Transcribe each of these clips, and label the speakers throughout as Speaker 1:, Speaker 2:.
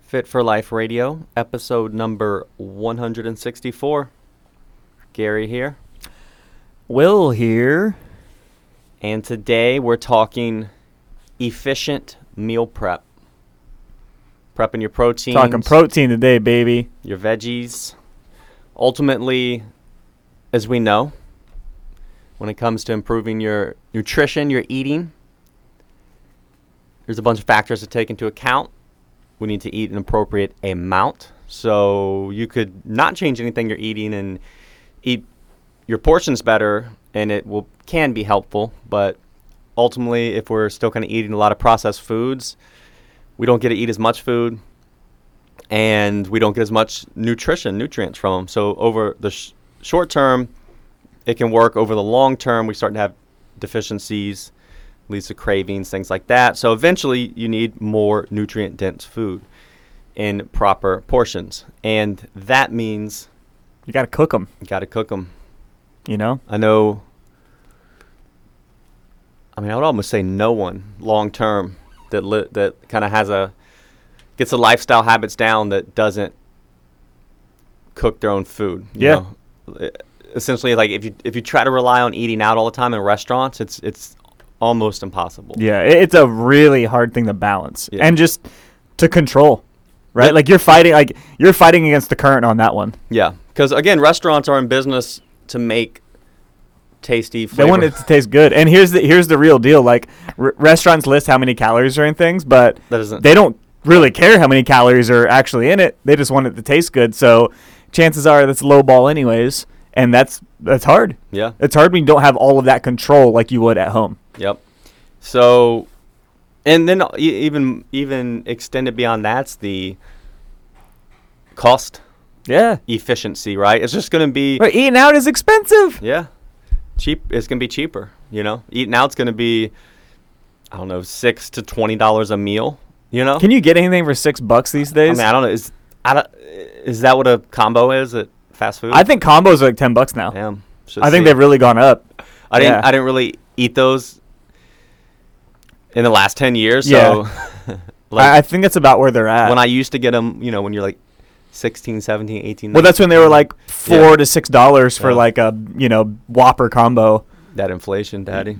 Speaker 1: Fit for Life Radio, episode number 164. Gary here.
Speaker 2: Will here.
Speaker 1: And today we're talking efficient meal prep. Prepping your proteins,
Speaker 2: Talking protein today, baby.
Speaker 1: your veggies. Ultimately, as we know, when it comes to improving your nutrition, your eating, there's a bunch of factors to take into account. We need to eat an appropriate amount. So you could not change anything you're eating and eat your portions better, and it will can be helpful. But ultimately, if we're still kind of eating a lot of processed foods, we don't get to eat as much food and we don't get as much nutrition, nutrients from them. So over the sh- short term, it can work. Over the long term, we start to have deficiencies, leads to cravings, things like that. So eventually, you need more nutrient dense food in proper portions, and that means
Speaker 2: You got to cook them,
Speaker 1: you got to cook them.
Speaker 2: you know?
Speaker 1: I know. I mean, I would almost say no one long term that li- that kind of has a gets the lifestyle habits down that doesn't cook their own food. you
Speaker 2: Yeah.
Speaker 1: know? E- Essentially, like if you if you try to rely on eating out all the time in restaurants, it's it's almost impossible.
Speaker 2: Yeah, it- it's a really hard thing to balance
Speaker 1: Yeah.
Speaker 2: and just to control, right?
Speaker 1: Yep.
Speaker 2: Like you're fighting, like you're fighting against the current on that one.
Speaker 1: Yeah. Because again, restaurants are in business to make tasty.
Speaker 2: They
Speaker 1: Flavor.
Speaker 2: want it to taste good. And here's the here's the real deal. Like r- restaurants list how many calories are in things, but
Speaker 1: That doesn't-
Speaker 2: They don't really care how many calories are actually in it. They just want it to taste good. So chances are that's low ball anyways, and that's that's hard.
Speaker 1: Yeah.
Speaker 2: It's hard when you don't have all of that control like you would at home.
Speaker 1: Yep. So, and then e- even even extended beyond that's the cost
Speaker 2: Yeah.
Speaker 1: efficiency, right? It's just going to be
Speaker 2: But eating out is expensive.
Speaker 1: yeah, cheap. It's going to be cheaper. You know, eating out's going to be I don't know six to twenty dollars a meal. You know,
Speaker 2: Can you get anything for six bucks these
Speaker 1: I
Speaker 2: days?
Speaker 1: mean, I don't know. Is I don't, is that what a combo is at fast food?
Speaker 2: I think combos are like ten bucks now.
Speaker 1: Damn. Should
Speaker 2: I think
Speaker 1: see.
Speaker 2: they've really gone up.
Speaker 1: I didn't.
Speaker 2: yeah.
Speaker 1: I didn't really eat those in the last ten years. So. like-
Speaker 2: I, I think that's about where they're at.
Speaker 1: when I used to get them, you know, when you're like 16, 17, 18.
Speaker 2: well, that's when they were
Speaker 1: 19,
Speaker 2: like four to six dollars for
Speaker 1: Yeah.
Speaker 2: like a you know Whopper combo.
Speaker 1: that inflation, daddy.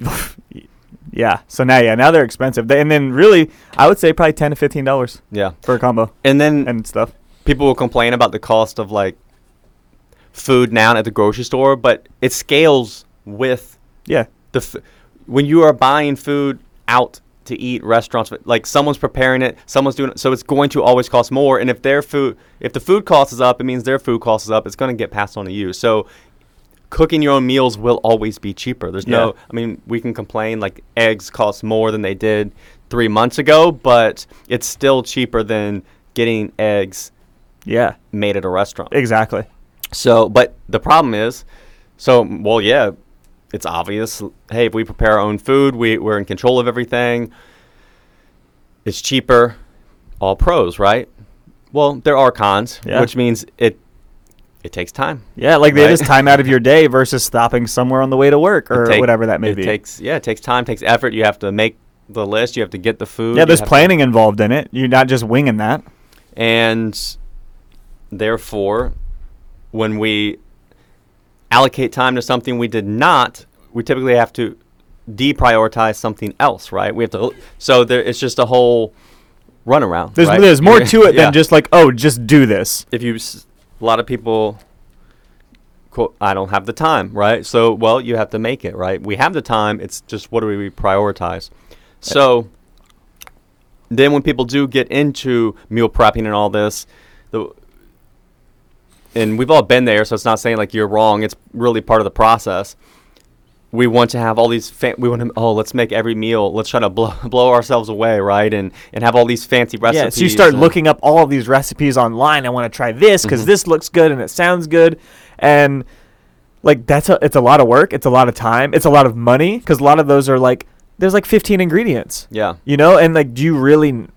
Speaker 2: Yeah. So now yeah, now they're expensive. They, and then really, I would say probably ten to fifteen dollars
Speaker 1: yeah.
Speaker 2: for a combo
Speaker 1: And then
Speaker 2: and stuff.
Speaker 1: people will complain about the cost of like food now at the grocery store, but it scales with
Speaker 2: Yeah.
Speaker 1: the f- when you are buying food out to eat restaurants like someone's preparing it someone's doing it so it's going to always cost more and if their food if the food cost is up it means their food cost is up it's going to get passed on to you so cooking your own meals will always be cheaper there's
Speaker 2: Yeah.
Speaker 1: no i mean we can complain like eggs cost more than they did three months ago but it's still cheaper than getting eggs
Speaker 2: Yeah.
Speaker 1: made at a restaurant
Speaker 2: Exactly.
Speaker 1: so, but the problem is, so well, yeah, it's obvious. Hey, if we prepare our own food, we we're in control of everything. It's cheaper. All pros, right? Well, there are cons,
Speaker 2: Yeah.
Speaker 1: which means it it takes time.
Speaker 2: Yeah, like
Speaker 1: Right.
Speaker 2: that is time out of your day versus stopping somewhere on the way to work or
Speaker 1: It take-
Speaker 2: whatever that may
Speaker 1: it
Speaker 2: be.
Speaker 1: takes yeah, it takes time, takes effort. You have to make the list. You have to get the food.
Speaker 2: yeah,
Speaker 1: you
Speaker 2: there's
Speaker 1: have to-
Speaker 2: planning involved in it. You're not just winging that.
Speaker 1: And therefore, when we allocate time to something we did not, we typically have to deprioritize something else, right? We have to. So there, it's just a whole runaround.
Speaker 2: There's
Speaker 1: right?
Speaker 2: there's more to it
Speaker 1: Yeah.
Speaker 2: than just like oh just do this.
Speaker 1: if you. s- A lot of people. Quote, I don't have the time, right? So, well, you have to make it, right? We have the time. It's just what do we prioritize? So then when people do get into meal prepping and all this, the and we've all been there, so it's not saying like you're wrong. It's really part of the process. We want to have all these. Fa- we want to. Oh, let's make every meal. Let's try to blow, blow ourselves away, right? And and have all these fancy recipes.
Speaker 2: Yeah, so you start
Speaker 1: and-
Speaker 2: looking up all of these recipes online. I want to try this because
Speaker 1: Mm-hmm.
Speaker 2: this looks good and it sounds good, and like that's a, it's a lot of work. It's a lot of time. It's a lot of money because a lot of those are like there's like 15 ingredients,
Speaker 1: Yeah,
Speaker 2: you know, and like do you really n-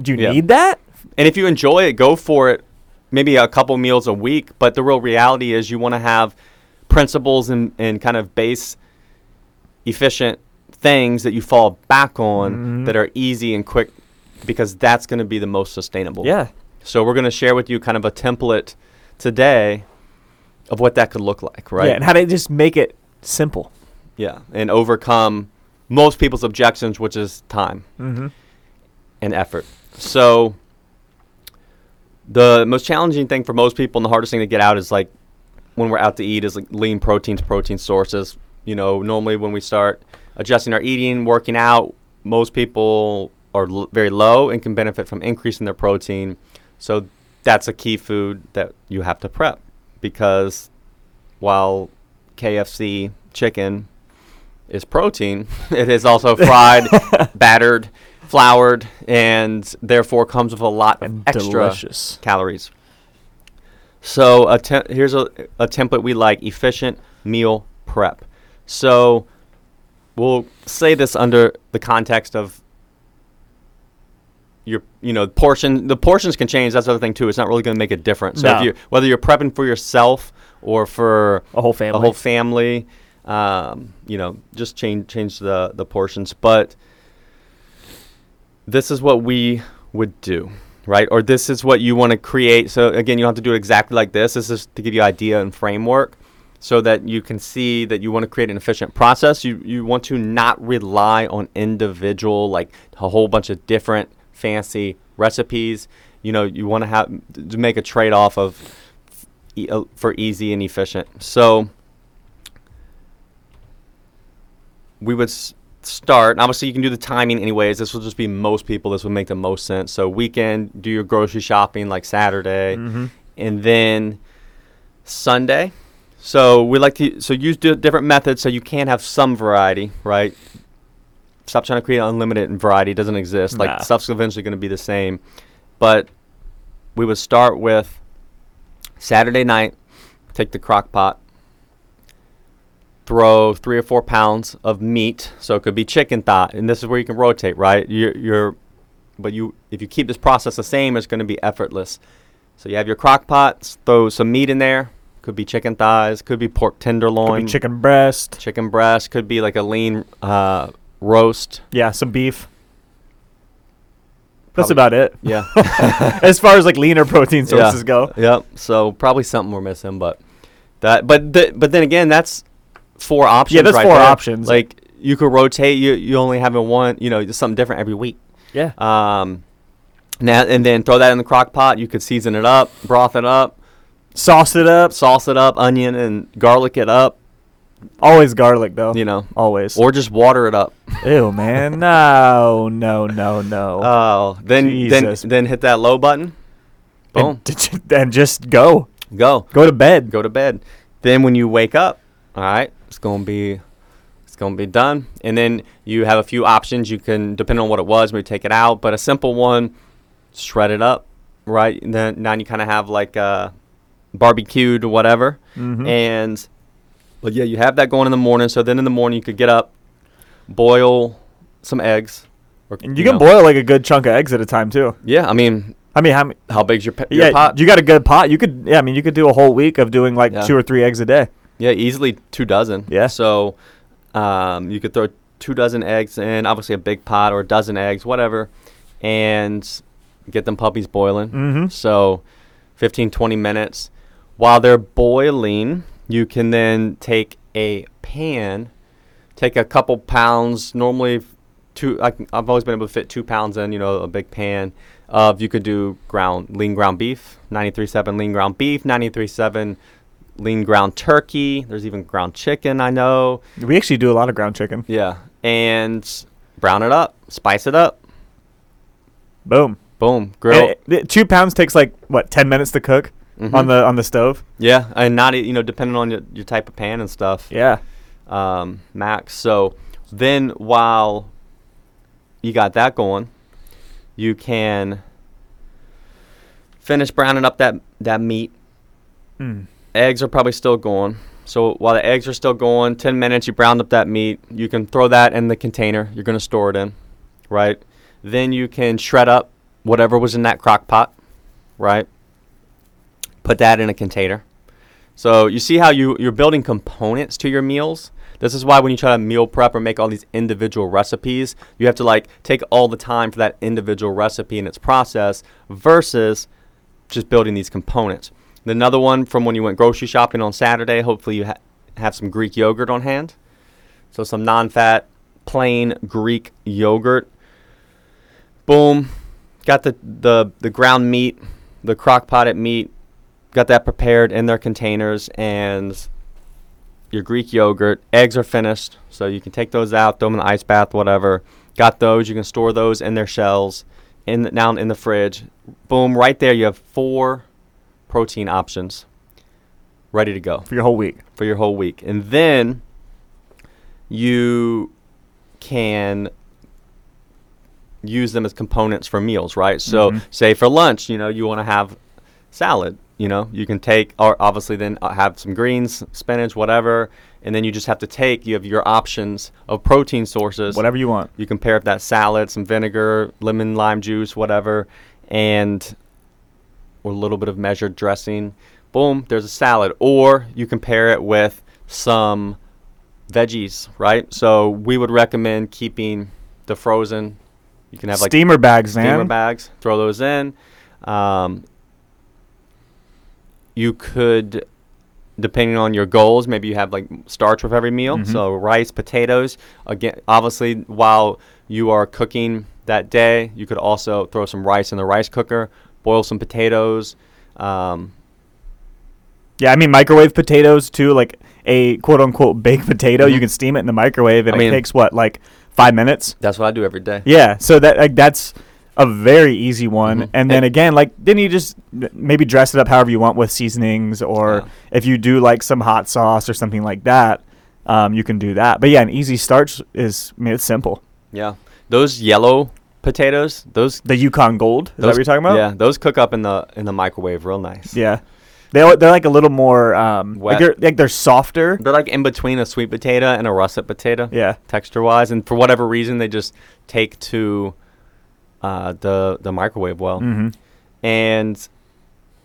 Speaker 2: do you
Speaker 1: Yeah.
Speaker 2: need that?
Speaker 1: and if you enjoy it, go for it. Maybe a couple meals a week, but the real reality is you want to have principles and and kind of base efficient things that you
Speaker 2: Mm-hmm.
Speaker 1: fall back on that are easy and quick because that's going to be the most sustainable.
Speaker 2: Yeah,
Speaker 1: So we're going to share with you kind of a template today of what that could look like, right?
Speaker 2: Yeah, and how to just make it simple.
Speaker 1: Yeah, and overcome most people's objections, which is time
Speaker 2: Mm-hmm.
Speaker 1: and effort. So the most challenging thing for most people and the hardest thing to get out is like when we're out to eat is like lean proteins, protein sources. You know, normally when we start adjusting our eating, working out, most people are l- very low and can benefit from increasing their protein. So that's a key food that you have to prep because while KFC chicken is protein, it is also fried, battered, floured, and therefore comes with a lot of
Speaker 2: And
Speaker 1: extra
Speaker 2: delicious.
Speaker 1: calories. So a te- here's a, a template we like: efficient meal prep. So we'll say this under the context of your, you know, portion. The portions can change. That's the other thing too. It's not really going to make a difference. So
Speaker 2: No.
Speaker 1: if you whether you're prepping for yourself or for
Speaker 2: A whole family.
Speaker 1: a whole family, um, you know, just change change the the portions. But this is what we would do, right? Or this is what you want to create. So again, you don't have to do it exactly like this. This is to give you idea and framework so that you can see that you want to create an efficient process. You you want to not rely on individual like a whole bunch of different fancy recipes. You know, you want to have to make a trade-off of e- uh, for easy and efficient. So we would s- start. and Obviously, you can do the timing anyways. This will just be most people. This would make the most sense. So weekend, do your grocery shopping like Saturday,
Speaker 2: Mhm.
Speaker 1: and then Sunday. So we like to so use di- different methods so you can have some variety, right? Stop trying to create unlimited and variety it doesn't exist. Like
Speaker 2: Nah.
Speaker 1: stuff's eventually going to be the same, but we would start with Saturday night. Take the crock pot, throw three or four pounds of meat. So it could be chicken thigh, and this is where you can rotate, right? You're, you're but you if you keep this process the same, it's going to be effortless. So you have your crock pots, throw some meat in there. Could be chicken thighs, could be pork tenderloin,
Speaker 2: Could be chicken breast.
Speaker 1: chicken breast, could be like a lean uh, roast.
Speaker 2: Yeah, some beef. That's
Speaker 1: Probably-
Speaker 2: about it.
Speaker 1: Yeah.
Speaker 2: as far as like leaner protein sources go.
Speaker 1: Yep. So probably something we're missing, but that, but th- but then again, that's four options.
Speaker 2: that's
Speaker 1: right
Speaker 2: four
Speaker 1: there.
Speaker 2: options.
Speaker 1: Like you could rotate. You you only having one. You know, just something different every week.
Speaker 2: Yeah.
Speaker 1: Um, now and then throw that in the crock pot. You could season it up, broth it up,
Speaker 2: Sauce it up.
Speaker 1: sauce it up, onion and garlic it up.
Speaker 2: Always garlic though.
Speaker 1: You know,
Speaker 2: Always.
Speaker 1: or just water it up.
Speaker 2: Ew, man. No, no, no, no.
Speaker 1: Oh, then
Speaker 2: Jesus.
Speaker 1: then then hit that low button. Boom,
Speaker 2: And, and just go.
Speaker 1: go.
Speaker 2: Go to bed.
Speaker 1: go to bed. Then when you wake up, all right, it's gonna be it's gonna be done. And then you have a few options. You can depending on what it was, maybe take it out. But a simple one, shred it up, right? And then now you kind of have like uh, barbecued or whatever.
Speaker 2: Mhm.
Speaker 1: And but yeah, you have that going in the morning. So then in the morning you could get up, boil some eggs. Or,
Speaker 2: And you can
Speaker 1: know.
Speaker 2: boil like a good chunk of eggs at a time too.
Speaker 1: Yeah, I mean,
Speaker 2: I mean, how many?
Speaker 1: how big's your, pe- your
Speaker 2: Yeah,
Speaker 1: pot?
Speaker 2: you got a good pot. You could, yeah, I mean, you could do a whole week of doing like
Speaker 1: Yeah.
Speaker 2: two or three eggs a day.
Speaker 1: Yeah, easily two dozen.
Speaker 2: Yeah.
Speaker 1: So um, you could throw two dozen eggs in, obviously a big pot or a dozen eggs, whatever, and get them puppies boiling.
Speaker 2: Mhm.
Speaker 1: So 15, 20 minutes. While they're boiling, you can then take a pan, take a couple pounds, normally f- two, I can, I've always been able to fit two pounds in, you know, a big pan of, you could do ground, lean ground beef, 93.7 lean ground beef, 93.7 lean ground turkey. There's even ground chicken, I know.
Speaker 2: We actually do a lot of ground chicken.
Speaker 1: Yeah. And brown it up, spice it up.
Speaker 2: Boom.
Speaker 1: Boom. Grill.
Speaker 2: And it- two pounds takes like what ten minutes to cook on
Speaker 1: Mhm.
Speaker 2: the on the stove.
Speaker 1: yeah. And not, e- you know, depending on your, your type of pan and stuff,
Speaker 2: Yeah.
Speaker 1: um, max. So then while you got that going, you can finish browning up that, that meat.
Speaker 2: Mm.
Speaker 1: eggs are probably still going. So while the eggs are still going, 10 minutes, you browned up that meat. You can throw that in the container you're going to store it in, right? Then you can shred up whatever was in that crock pot, right? Put that in a container. So you see how you, you're building components to your meals? This is why when you try to meal prep or make all these individual recipes, you have to like take all the time for that individual recipe and its process versus just building these components. And another one from when you went grocery shopping on Saturday. Hopefully, you ha- have some Greek yogurt on hand. So some non-fat, plain Greek yogurt. Boom, got the the the ground meat, the crock potted meat, got that prepared in their containers and your Greek yogurt. Eggs are finished, so you can take those out, throw them in the ice bath, whatever. Got those, you can store those in their shells, in the, down in the fridge. Boom, right there, you have four protein options ready to go
Speaker 2: for your whole week.
Speaker 1: for your whole week. And then you can use them as components for meals, right? So,
Speaker 2: Mhm.
Speaker 1: say for lunch, you know, you want to have salad, you know, you can take, or obviously then uh, have some greens, spinach, whatever. And then you just have to take, you have your options of protein sources.
Speaker 2: Whatever you want.
Speaker 1: You can pair up that salad, some vinegar, lemon, lime juice, whatever, and or a little bit of measured dressing. Boom, there's a salad. Or you can pair it with some veggies, right? So we would recommend keeping the frozen. You can have like
Speaker 2: steamer bags, man.
Speaker 1: steamer bags, throw those in. Um, you could, depending on your goals, maybe you have like starch with every meal.
Speaker 2: Mhm.
Speaker 1: So rice, potatoes. Again, obviously, while you are cooking that day, you could also throw some rice in the rice cooker, boil some potatoes. Um,
Speaker 2: Yeah, I mean microwave potatoes too, like a quote unquote baked potato. You can steam it in the microwave, and
Speaker 1: Mm-hmm. I
Speaker 2: it
Speaker 1: mean-
Speaker 2: takes what like five minutes.
Speaker 1: that's what I do every day.
Speaker 2: Yeah, so that like that's a very easy one.
Speaker 1: Mhm.
Speaker 2: And then
Speaker 1: And-
Speaker 2: again, like then you just m- maybe dress it up however you want with seasonings, or
Speaker 1: Yeah.
Speaker 2: if you do like some hot sauce or something like that, um, you can do that. But yeah, an easy starch is I mean it's simple.
Speaker 1: Yeah. Those yellow potatoes, those.
Speaker 2: The Yukon Gold is that what
Speaker 1: those-
Speaker 2: you're talking about?
Speaker 1: Yeah, those cook up in the in the microwave real nice.
Speaker 2: yeah. They al- they're like a little more um,
Speaker 1: Wet.
Speaker 2: like they're like they're softer.
Speaker 1: They're like in between a sweet potato and a russet potato.
Speaker 2: Yeah.
Speaker 1: texture wise, and for whatever reason, they just take to uh, the the microwave well.
Speaker 2: hmm
Speaker 1: And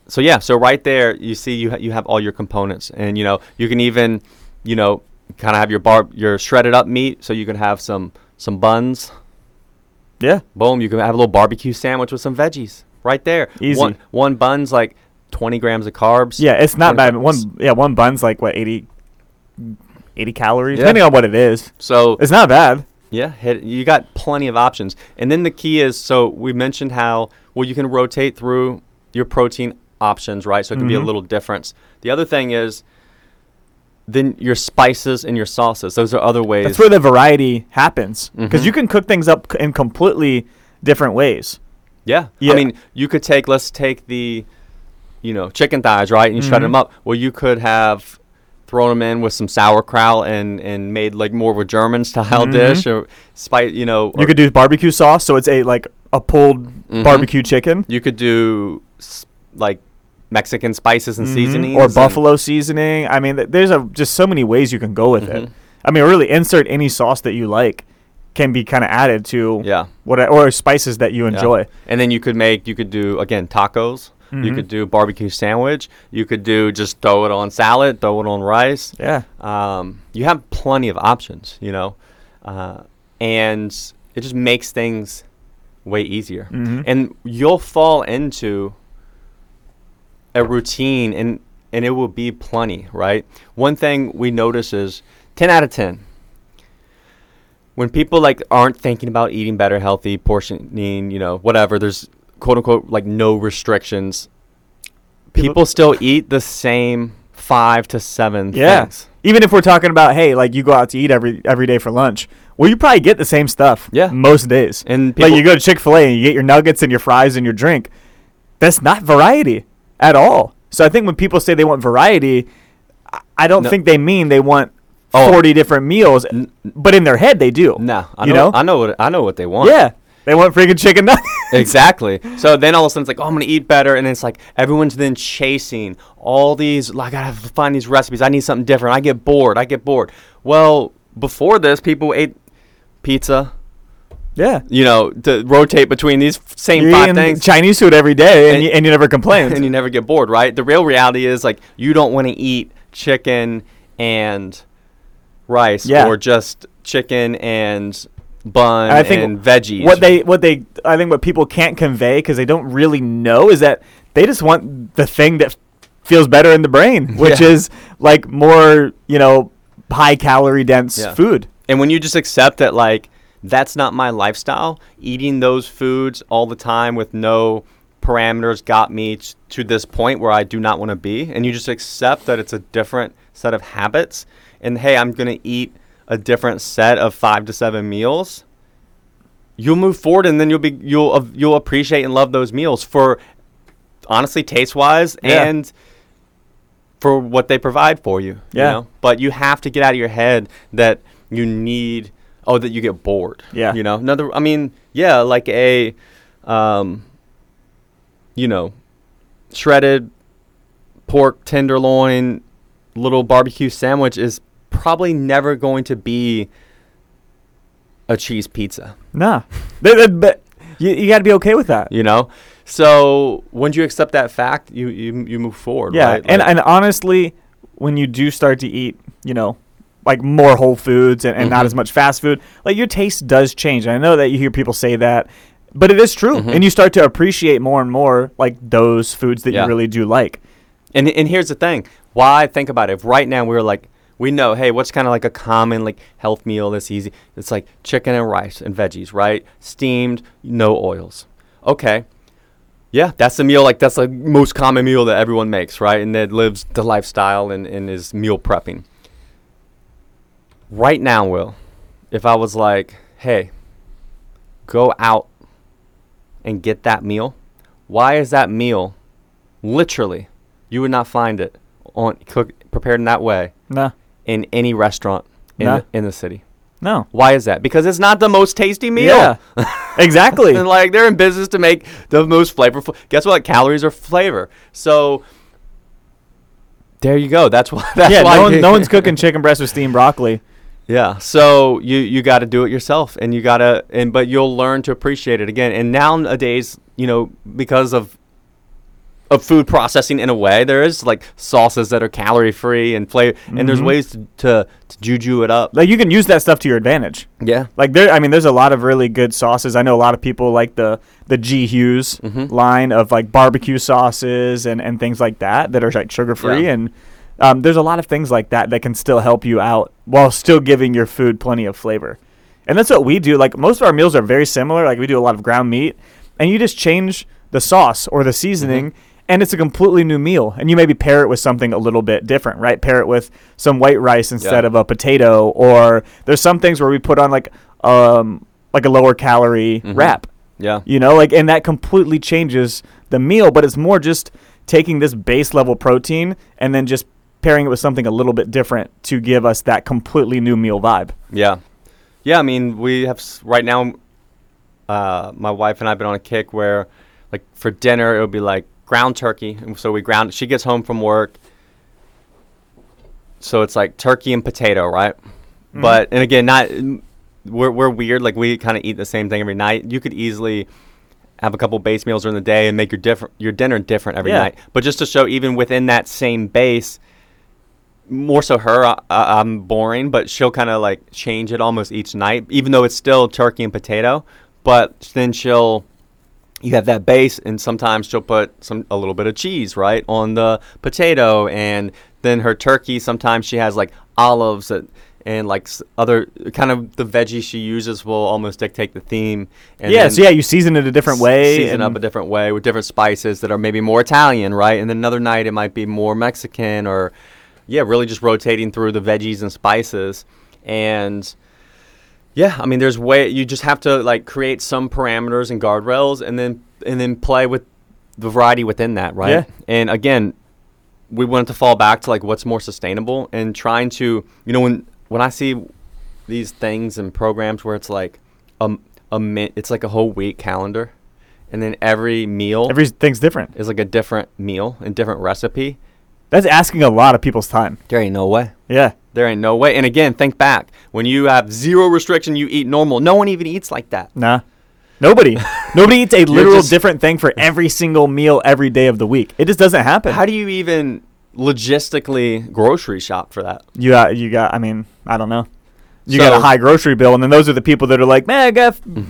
Speaker 1: so yeah, so right there, you see, you ha- you have all your components, and you know you can even you know kind of have your bar your shredded up meat, so you can have some some buns.
Speaker 2: Yeah.
Speaker 1: Boom, you can have a little barbecue sandwich with some veggies right there.
Speaker 2: Easy.
Speaker 1: One one bun's like twenty grams of carbs.
Speaker 2: Yeah, it's not bad.
Speaker 1: 20 grams.
Speaker 2: One yeah, one bun's like what 80, 80 calories,
Speaker 1: Yeah.
Speaker 2: depending on what it is.
Speaker 1: So
Speaker 2: It's not bad.
Speaker 1: Yeah, hit, you got plenty of options. And then the key is so we mentioned how, well, you can rotate through your protein options, right? So it can be a
Speaker 2: Mhm.
Speaker 1: little difference. The other thing is then your spices and your sauces. Those are other ways.
Speaker 2: That's where the variety happens because
Speaker 1: Mhm.
Speaker 2: you can cook things up c- in completely different ways.
Speaker 1: yeah.
Speaker 2: Yeah.
Speaker 1: I mean, you could take, let's take the, you know, chicken thighs, right? And you shred
Speaker 2: Mhm.
Speaker 1: them up. Well, you could have thrown them in with some sauerkraut and, and made like more of a German style
Speaker 2: Mhm.
Speaker 1: dish or spice, you know.
Speaker 2: You
Speaker 1: or-
Speaker 2: could do barbecue sauce, so it's a like a pulled
Speaker 1: Mhm.
Speaker 2: barbecue chicken
Speaker 1: You could do s- like Mexican spices and
Speaker 2: Mhm.
Speaker 1: seasonings
Speaker 2: or
Speaker 1: and-
Speaker 2: buffalo seasoning. I mean, th- there's a, just so many ways you can go with it.
Speaker 1: Mhm.
Speaker 2: I mean, really, insert any sauce that you like can be kind of added to
Speaker 1: Yeah.
Speaker 2: what or spices that you
Speaker 1: yeah.
Speaker 2: enjoy.
Speaker 1: And then you could make you could do again tacos. You
Speaker 2: Mhm.
Speaker 1: could do barbecue sandwich. You could do just throw it on salad, throw it on rice.
Speaker 2: Yeah.
Speaker 1: Um, you have plenty of options, you know, uh, and it just makes things way easier.
Speaker 2: Mhm.
Speaker 1: And you'll fall into a routine, and and it will be plenty, right? One thing we notice is ten out of ten. When people like aren't thinking about eating better, healthy, portioning, you know, whatever. There's quote unquote like no restrictions.
Speaker 2: People-
Speaker 1: People, still eat the same five to seven
Speaker 2: Yeah.
Speaker 1: things.
Speaker 2: Even if we're talking about, hey, like you go out to eat every every day for lunch, well, you probably get the same stuff.
Speaker 1: Yeah.
Speaker 2: Most days.
Speaker 1: And
Speaker 2: like
Speaker 1: people-
Speaker 2: you go to Chick Fil A and you get your nuggets and your fries and your drink. That's not variety at all. So I think when people say they want variety, I- I don't
Speaker 1: No.
Speaker 2: think they mean they want
Speaker 1: Oh.
Speaker 2: forty different meals, but in their head they do.
Speaker 1: No, I
Speaker 2: you
Speaker 1: know,
Speaker 2: know,
Speaker 1: I know what I know what they want.
Speaker 2: yeah, they want freaking chicken nuggets.
Speaker 1: exactly. So then all of a sudden it's like, oh, I'm gonna eat better, and it's like everyone's then chasing all these. Like, I gotta find these recipes. I need something different. I get bored. I get bored. Well, before this, people ate pizza.
Speaker 2: yeah,
Speaker 1: You know, to rotate between these f- same
Speaker 2: you're
Speaker 1: five
Speaker 2: eating
Speaker 1: things,
Speaker 2: Chinese food every day, and,
Speaker 1: And-
Speaker 2: you, and you never complain.
Speaker 1: and you never get bored, right? The real reality is like you don't want to eat chicken and rice,
Speaker 2: Yeah.
Speaker 1: or just chicken and bun
Speaker 2: And I think
Speaker 1: and veggies.
Speaker 2: What they what they I think what people can't convey because they don't really know is that they just want the thing that feels better in the brain, which
Speaker 1: Yeah.
Speaker 2: is like more, you know, high calorie dense
Speaker 1: Yeah.
Speaker 2: food.
Speaker 1: And when you just accept that, like, that's not my lifestyle, eating those foods all the time with no parameters got me t- to this point where I do not want to be. And you just accept that it's a different set of habits. And hey, I'm going to eat a different set of five to seven meals. You'll move forward, and then you'll be you'll uh, you'll appreciate and love those meals for honestly taste wise
Speaker 2: Yeah.
Speaker 1: and for what they provide for you.
Speaker 2: Yeah.
Speaker 1: You know? But you have to get out of your head that you need, oh, that you get bored.
Speaker 2: Yeah.
Speaker 1: You know, another, I mean, yeah, like a, um, you know, shredded pork tenderloin little barbecue sandwich is probably never going to be a cheese pizza,
Speaker 2: Nah. They- they- but you, you got to be okay with that.
Speaker 1: you know? So when you accept that fact, you, you, you move forward.
Speaker 2: Yeah,
Speaker 1: right?
Speaker 2: and
Speaker 1: Like-
Speaker 2: and honestly, when you do start to eat, you know, like more whole foods and, and not
Speaker 1: Mhm.
Speaker 2: as much fast food, like your taste does change. And I know that you hear people say that, but it is true,
Speaker 1: Mhm.
Speaker 2: and you start to appreciate more and more like those foods that
Speaker 1: Yeah.
Speaker 2: you really do like.
Speaker 1: And and here's the thing. Why think about it? If right now we were like we know, hey, what's kind of like a common like health meal that's easy? It's like chicken and rice and veggies, right? Steamed, no oils. Okay. Yeah, that's the meal like that's the most common meal that everyone makes, right? And that lives the lifestyle and, and is meal prepping. Right now, Will, if I was like, hey, go out and get that meal, why is that meal literally you would not find it on cook prepared in that way
Speaker 2: Nah,
Speaker 1: in any restaurant in,
Speaker 2: Nah.
Speaker 1: the, in the city.
Speaker 2: no,
Speaker 1: Why is that? Because it's not the most tasty meal.
Speaker 2: yeah, exactly.
Speaker 1: And like they're in business to make the most flavorful. Guess what? Calories are flavor. So there you go. That's why. That's
Speaker 2: yeah,
Speaker 1: why.
Speaker 2: no, one, no one's cooking chicken breast with steamed broccoli.
Speaker 1: Yeah. So you you got to do it yourself, and you gotta and but you'll learn to appreciate it again. And nowadays, you know, because of of food processing in a way, there is like sauces that are calorie free and flavor, and there's
Speaker 2: Mhm.
Speaker 1: ways to, to to juju it up.
Speaker 2: Like you can use that stuff to your advantage.
Speaker 1: Yeah.
Speaker 2: Like there, I mean, there's a lot of really good sauces. I know a lot of people like the the G Hughes
Speaker 1: Mhm.
Speaker 2: line of like barbecue sauces and and things like that that are like sugar free
Speaker 1: Yeah.
Speaker 2: and um, there's a lot of things like that that can still help you out while still giving your food plenty of flavor. And that's what we do. Like most of our meals are very similar. Like we do a lot of ground meat, and you just change the sauce or the
Speaker 1: Mm-hmm.
Speaker 2: seasoning. And it's a completely new meal, and you maybe pair it with something a little bit different, right? Pair it with some white rice instead
Speaker 1: Yeah.
Speaker 2: of a potato, or there's some things where we put on like um like a lower calorie
Speaker 1: Mhm.
Speaker 2: wrap,
Speaker 1: Yeah.
Speaker 2: you know, like and that completely changes the meal. But it's more just taking this base level protein and then just pairing it with something a little bit different to give us that completely new meal vibe.
Speaker 1: Yeah. Yeah, I mean, we have s- right now uh, my wife and I've been on a kick where like for dinner it'll be like ground turkey. And so we ground she gets home from work. So it's like turkey and potato, right? But and again, not n- we're we're weird like we kind of eat the same thing every night. You could easily have a couple base meals during the day and make your different your dinner different every
Speaker 2: Yeah.
Speaker 1: night. But just to show even within that same base more so her I, I- i'm boring but she'll kind of like change it almost each night even though it's still turkey and potato but then she'll you have that base and sometimes she'll put some a little bit of cheese right on the potato and then her turkey sometimes she has like olives that, and like s- other kind of the veggies she uses will almost dictate the theme and
Speaker 2: yeah,
Speaker 1: then-
Speaker 2: so yeah, you season it a different way.
Speaker 1: season up
Speaker 2: and-
Speaker 1: a different way with different spices that are maybe more Italian, right? And then another night it might be more Mexican or yeah, really just rotating through the veggies and spices. And yeah, I mean there's way you just have to like create some parameters and guardrails and then and then play with the variety within that, right?
Speaker 2: Yeah.
Speaker 1: And again, we wanted to fall back to like what's more sustainable and trying to you know when when I see these things and programs where it's like um a min- it's like a whole week calendar and then every meal
Speaker 2: everything's different.
Speaker 1: is like a different meal and different recipe.
Speaker 2: That's asking a lot of people's time.
Speaker 1: There ain't no way.
Speaker 2: Yeah.
Speaker 1: There ain't no way. And again, think back when you have zero restriction, you eat normal. No one even eats like that.
Speaker 2: Nah. Nobody. Nobody eats a literal
Speaker 1: just-
Speaker 2: different thing for every single meal every day of the week. It just doesn't happen.
Speaker 1: How do you even logistically grocery shop for that?
Speaker 2: you got you got I mean, I don't know. You got
Speaker 1: So-
Speaker 2: a high grocery bill and then those are the people that are like, "Man, I got f-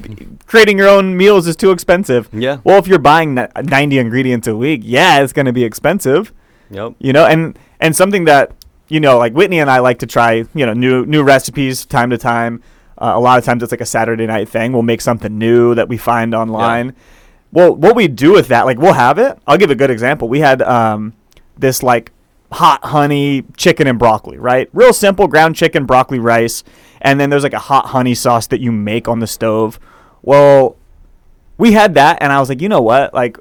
Speaker 2: creating your own meals is too expensive.
Speaker 1: Yeah.
Speaker 2: Well, if you're buying ni- 90 ingredients a week, yeah, it's going to be expensive.
Speaker 1: Yep.
Speaker 2: You know, and and something that you know, like Whitney and I like to try, you know, new new recipes time to time. Uh, a lot of times it's like a Saturday night thing. We'll make something new that we find online. Well, what we do with that, like we'll have it. I'll give a good example. We had um, this like hot honey chicken and broccoli, right? Real simple ground chicken, broccoli, rice, and then there's like a hot honey sauce that you make on the stove. Well, we had that, and I was like, you know what, like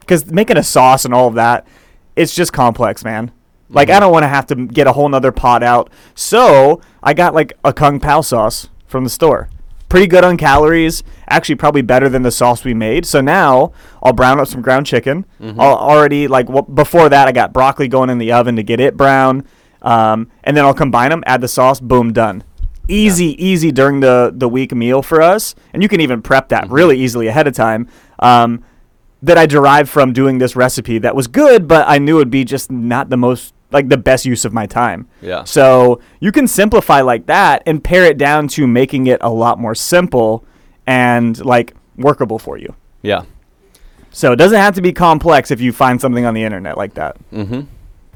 Speaker 2: because making a sauce and all of that, it's just complex, man. Like I don't want to have to m- get a whole nother pot out. So I got like a kung pao sauce from the store. Pretty good on calories. Actually, probably better than the sauce we made. So now I'll brown up some ground chicken. I'll already like well, before that I got broccoli going in the oven to get it brown, um, and then I'll combine them, add the sauce, boom, done. Easy, easy during the the week meal for us, and you can even prep that really easily ahead of time. Um, that I derived from doing this recipe that was good, but I knew it'd be just not the most like the best use of my time.
Speaker 1: Yeah.
Speaker 2: So you can simplify like that and pare it down to making it a lot more simple and like workable for you.
Speaker 1: Yeah.
Speaker 2: So it doesn't have to be complex if you find something on the internet like that.
Speaker 1: Mm-hmm.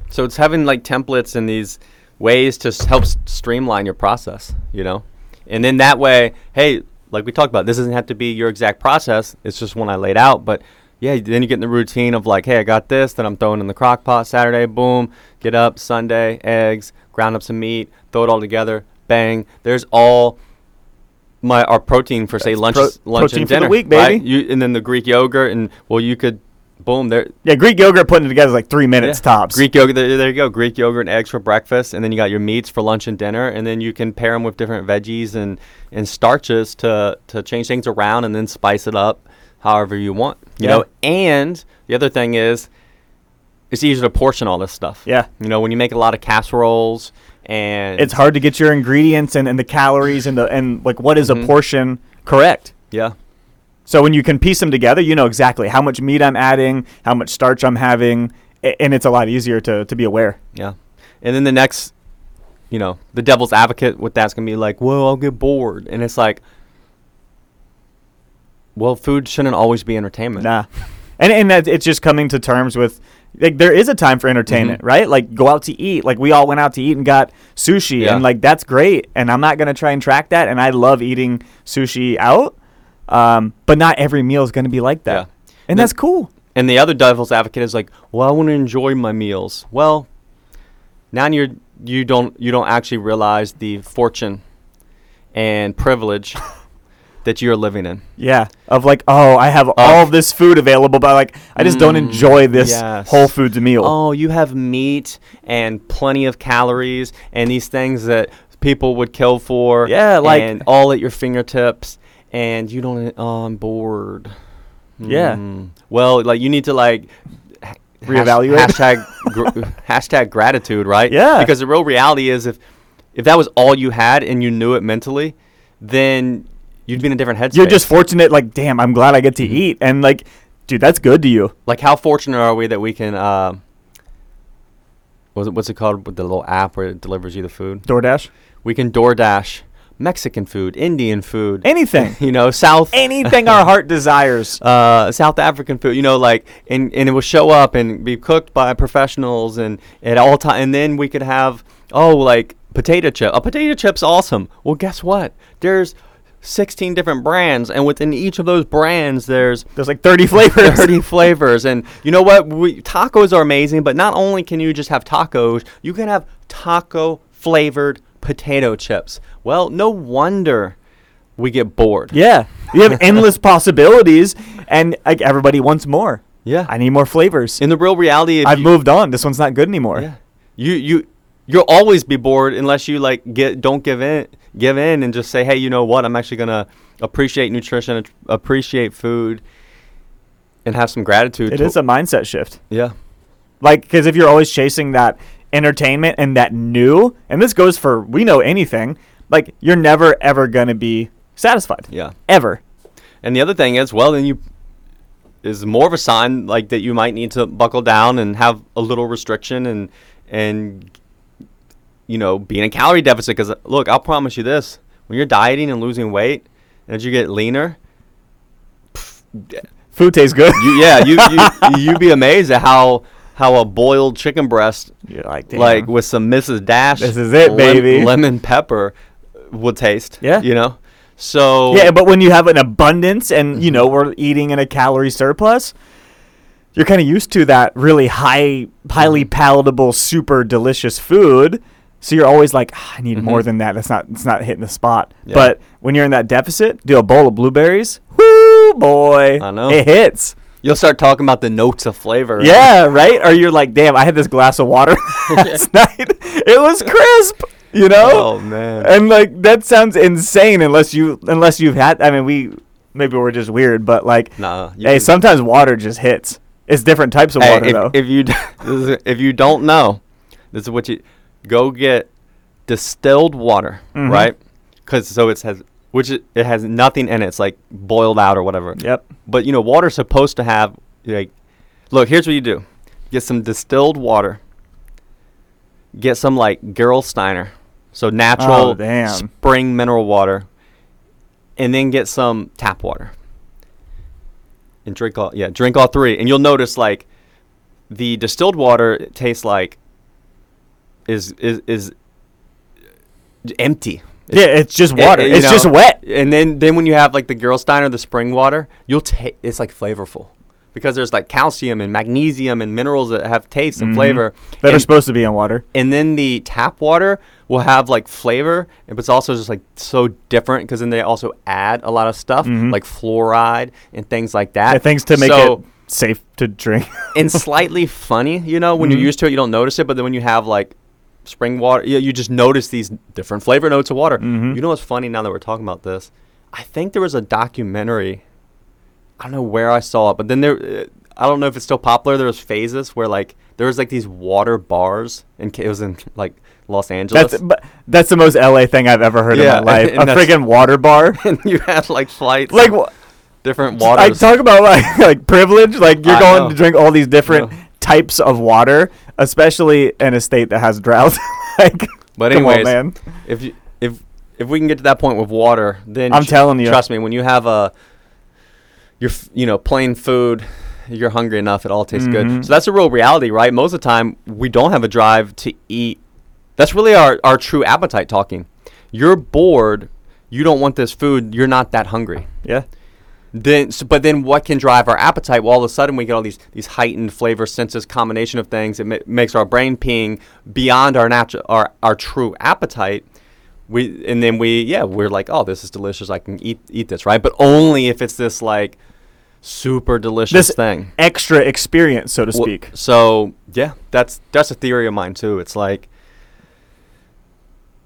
Speaker 1: So it's having like templates and these ways to s- help s- streamline your process, you know? And then that way, hey, like we talked about, this doesn't have to be your exact process. It's just one I laid out. But yeah, then you get in the routine of like, hey, I got this, then I'm throwing in the crock pot Saturday, boom, get up, Sunday, eggs, ground up some meat, throw it all together, bang. There's all my our protein for say
Speaker 2: That's
Speaker 1: lunch
Speaker 2: pro-
Speaker 1: lunch
Speaker 2: protein
Speaker 1: and
Speaker 2: for the
Speaker 1: dinner
Speaker 2: week,
Speaker 1: right?
Speaker 2: baby.
Speaker 1: You, and then the Greek yogurt and well you could boom there
Speaker 2: Yeah, Greek yogurt putting it together is like three minutes
Speaker 1: yeah.
Speaker 2: tops.
Speaker 1: Greek yogurt. There, there you go. Greek yogurt and eggs for breakfast, and then you got your meats for lunch and dinner, and then you can pair them with different veggies and, and starches to to change things around, and then spice it up however you want. You
Speaker 2: Yeah.
Speaker 1: know. And the other thing is, it's easier to portion all this stuff.
Speaker 2: Yeah.
Speaker 1: You know, when you make a lot of casseroles and
Speaker 2: It's hard to get your ingredients and, and the calories and the and like what is a
Speaker 1: Mhm.
Speaker 2: portion correct.
Speaker 1: Yeah.
Speaker 2: So when you can piece them together, you know exactly how much meat I'm adding, how much starch I'm having, a- and it's a lot easier to, to be aware.
Speaker 1: Yeah. And then the next, you know, the devil's advocate with that's going to be like, well, I'll get bored. And it's like, well, food shouldn't always be entertainment.
Speaker 2: Nah. And and that it's just coming to terms with like there is a time for entertainment,
Speaker 1: Mhm.
Speaker 2: right? Like go out to eat. Like we all went out to eat and got sushi
Speaker 1: Yeah.
Speaker 2: and like that's great and I'm not going to try and track that and I love eating sushi out. Um, but not every meal is going to be like that.
Speaker 1: Yeah.
Speaker 2: And
Speaker 1: The-
Speaker 2: that's cool.
Speaker 1: And the other devil's advocate is like, well, I want to enjoy my meals. Well, now you're you don't you don't actually realize the fortune and privilege that you're living in.
Speaker 2: Yeah, of like, oh, I have all this food available, but like, I just don't
Speaker 1: Mm,
Speaker 2: enjoy this
Speaker 1: yes.
Speaker 2: Whole Foods meal.
Speaker 1: Oh, you have meat and plenty of calories and these things that people would kill for.
Speaker 2: Yeah, like-
Speaker 1: and all at your fingertips, and you don't. Oh, I'm bored.
Speaker 2: Yeah.
Speaker 1: Mm. Well, like you need to like ha- hash-
Speaker 2: Reevaluate.
Speaker 1: hashtag gr- hashtag gratitude, right?
Speaker 2: Yeah.
Speaker 1: Because the real reality is if if that was all you had and you knew it mentally, then you'd be in a different headspace.
Speaker 2: You're just fortunate, like, damn, I'm glad I get
Speaker 1: Mm-hmm.
Speaker 2: to eat. And like, dude, that's good to you.
Speaker 1: like how fortunate are we that we can uh, what's it, what's it called with the little app where it delivers you the food
Speaker 2: DoorDash?
Speaker 1: we can DoorDash Mexican food Indian food
Speaker 2: Anything.
Speaker 1: you know South
Speaker 2: Anything our heart desires.
Speaker 1: uh, South African food you know like and and it will show up and be cooked by professionals and at all time and then we could have oh like potato chip a potato chip's awesome well guess what there's 16 different brands and within each of those brands there's
Speaker 2: There's like 30 flavors.
Speaker 1: 30 flavors. And you know what? We, tacos are amazing, but not only can you just have tacos, you can have taco flavored potato chips. Well, no wonder we get bored.
Speaker 2: Yeah. You have endless possibilities, and like, everybody wants more.
Speaker 1: Yeah.
Speaker 2: I need more flavors.
Speaker 1: In the real reality, if
Speaker 2: I've
Speaker 1: you,
Speaker 2: moved on. This one's not good anymore.
Speaker 1: Yeah. You you you'll always be bored unless you like get don't give in give in and just say, "Hey, you know what? I'm actually going to appreciate nutrition, ap- appreciate food and have some gratitude."
Speaker 2: It
Speaker 1: to-
Speaker 2: is a mindset shift.
Speaker 1: Yeah.
Speaker 2: Like, because if you're always chasing that entertainment and that new, and this goes for we know anything, like you're never ever gonna be satisfied.
Speaker 1: Yeah.
Speaker 2: Ever.
Speaker 1: And the other thing is, well, then you is more of a sign like that you might need to buckle down and have a little restriction and and you know be in a calorie deficit. Because look, I'll promise you this: when you're dieting and losing weight, and as you get leaner,
Speaker 2: Food tastes good.
Speaker 1: You, yeah, you you you be amazed at how how a boiled chicken breast
Speaker 2: You're like, damn.
Speaker 1: like with some Mrs. Dash,
Speaker 2: This is it,
Speaker 1: lem-
Speaker 2: baby.
Speaker 1: lemon pepper will taste.
Speaker 2: Yeah.
Speaker 1: you know. So
Speaker 2: yeah, but when you have an abundance and
Speaker 1: Mm-hmm.
Speaker 2: you know we're eating in a calorie surplus, you're kind of used to that really high,
Speaker 1: Mm-hmm.
Speaker 2: highly palatable, super delicious food. So you're always like, "Ah, I need more than that. That's not, it's not hitting the spot.
Speaker 1: Mm-hmm. Yeah.
Speaker 2: But when you're in that deficit, do a bowl of blueberries. Woo, boy!
Speaker 1: I know.
Speaker 2: it hits.
Speaker 1: you'll start talking about the notes of flavor.
Speaker 2: Yeah, right. Or you're like, damn, I had this glass of water last night. It was crisp. You know.
Speaker 1: Oh man.
Speaker 2: and like that sounds insane unless you unless you've had i mean we maybe we're just weird but like
Speaker 1: Nah, you
Speaker 2: hey
Speaker 1: can-
Speaker 2: sometimes water just hits it's different types of
Speaker 1: Hey,
Speaker 2: water
Speaker 1: if,
Speaker 2: though
Speaker 1: if you d- this is- if you don't know, this is what you go get distilled water, right? 'Cause
Speaker 2: Mhm.
Speaker 1: right? Because so it has which it, it has nothing in it. It's like boiled out or whatever.
Speaker 2: yep
Speaker 1: But you know, water's supposed to have like look, here's what you do. Get some distilled water. Get some like Gerolsteiner. So natural
Speaker 2: damn.
Speaker 1: spring mineral water. And then get some tap water. And drink all yeah, drink all three. And you'll notice like the distilled water it tastes like is is is empty.
Speaker 2: yeah it's just water
Speaker 1: Eh, eh, you
Speaker 2: it's just
Speaker 1: know,
Speaker 2: wet
Speaker 1: And then then when you have like the Gerolsteiner, the spring water, you'll take it's like flavorful because there's like calcium and magnesium and minerals that have taste and
Speaker 2: Mhm.
Speaker 1: flavor.
Speaker 2: that are
Speaker 1: and,
Speaker 2: supposed to be in water
Speaker 1: and then the tap water will have like flavor, but it's also just like so different because then they also add a lot of stuff
Speaker 2: Mhm.
Speaker 1: like fluoride and things like that.
Speaker 2: Yeah, things to make
Speaker 1: So-
Speaker 2: it safe to drink
Speaker 1: and slightly funny. You know, when
Speaker 2: Mhm.
Speaker 1: you're used to it, you don't notice it, but then when you have like spring water, you, you just notice these different flavor notes of water.
Speaker 2: Mhm.
Speaker 1: You know what's funny now that we're talking about this? I think there was a documentary. I don't know where I saw it, but then there. uh, I don't know if it's still popular. There was phases where like there was like these water bars, and it was in like Los Angeles.
Speaker 2: that's but that's the most la thing i've ever heard
Speaker 1: Yeah,
Speaker 2: in my life
Speaker 1: and
Speaker 2: a
Speaker 1: that's-
Speaker 2: freaking water bar
Speaker 1: and you had like flights,
Speaker 2: like
Speaker 1: like
Speaker 2: wha-
Speaker 1: different
Speaker 2: I
Speaker 1: waters.
Speaker 2: talk about like, like privilege. Like you're
Speaker 1: I
Speaker 2: going
Speaker 1: know.
Speaker 2: to drink all these different
Speaker 1: Yeah.
Speaker 2: types of water, especially in a state that has drought. like,
Speaker 1: But
Speaker 2: come on,
Speaker 1: anyways,
Speaker 2: man.
Speaker 1: if you if if we can get to that point with water, then
Speaker 2: I'm telling you.
Speaker 1: trust me, when you have a your f- you know plain food, you're hungry enough, it all tastes
Speaker 2: Mhm.
Speaker 1: good. So that's a real reality, right? Most of the time, we don't have a drive to eat. That's really our our true appetite talking. You're bored. You don't want this food. You're not that hungry.
Speaker 2: Yeah.
Speaker 1: Then, so, but then, what can drive our appetite? Well, all of a sudden, we get all these these heightened flavor senses combination of things. It ma- makes our brain ping beyond our natural our our true appetite. We and then we yeah we're like oh this is delicious I can eat eat this right but only if it's this like super delicious
Speaker 2: This
Speaker 1: thing.
Speaker 2: Extra experience, so to
Speaker 1: Wh-
Speaker 2: speak.
Speaker 1: So yeah, that's that's a theory of mine too. It's like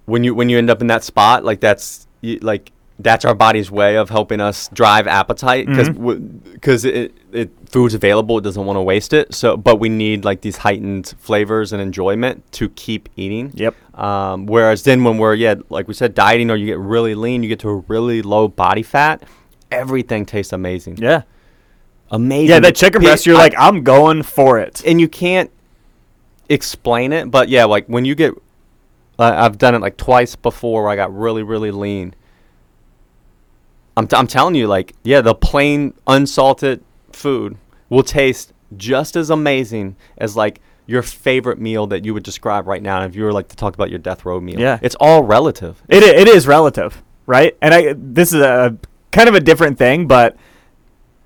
Speaker 1: when you when you end up in that spot, like that's y like that's our body's way of helping us drive appetite because
Speaker 2: Mhm.
Speaker 1: it, it food's available, it doesn't want to waste it. So, but we need like these heightened flavors and enjoyment to keep eating.
Speaker 2: Yep.
Speaker 1: Um, whereas then when we're yeah, like we said, dieting or you get really lean, you get to a really low body fat, everything tastes amazing.
Speaker 2: Yeah.
Speaker 1: Amazing.
Speaker 2: Yeah, that chicken
Speaker 1: Pe-
Speaker 2: breast. You're
Speaker 1: I-
Speaker 2: like, I'm going for it.
Speaker 1: and you can't explain it but yeah like when you get I i've done it like twice before where i got really really lean I'm, t- I'm telling you like yeah the plain unsalted food will taste just as amazing as like your favorite meal that you would describe right now if you were like to talk about your death row meal
Speaker 2: Yeah.
Speaker 1: it's all relative
Speaker 2: It i- it is relative, right? And I this is a kind of a different thing, but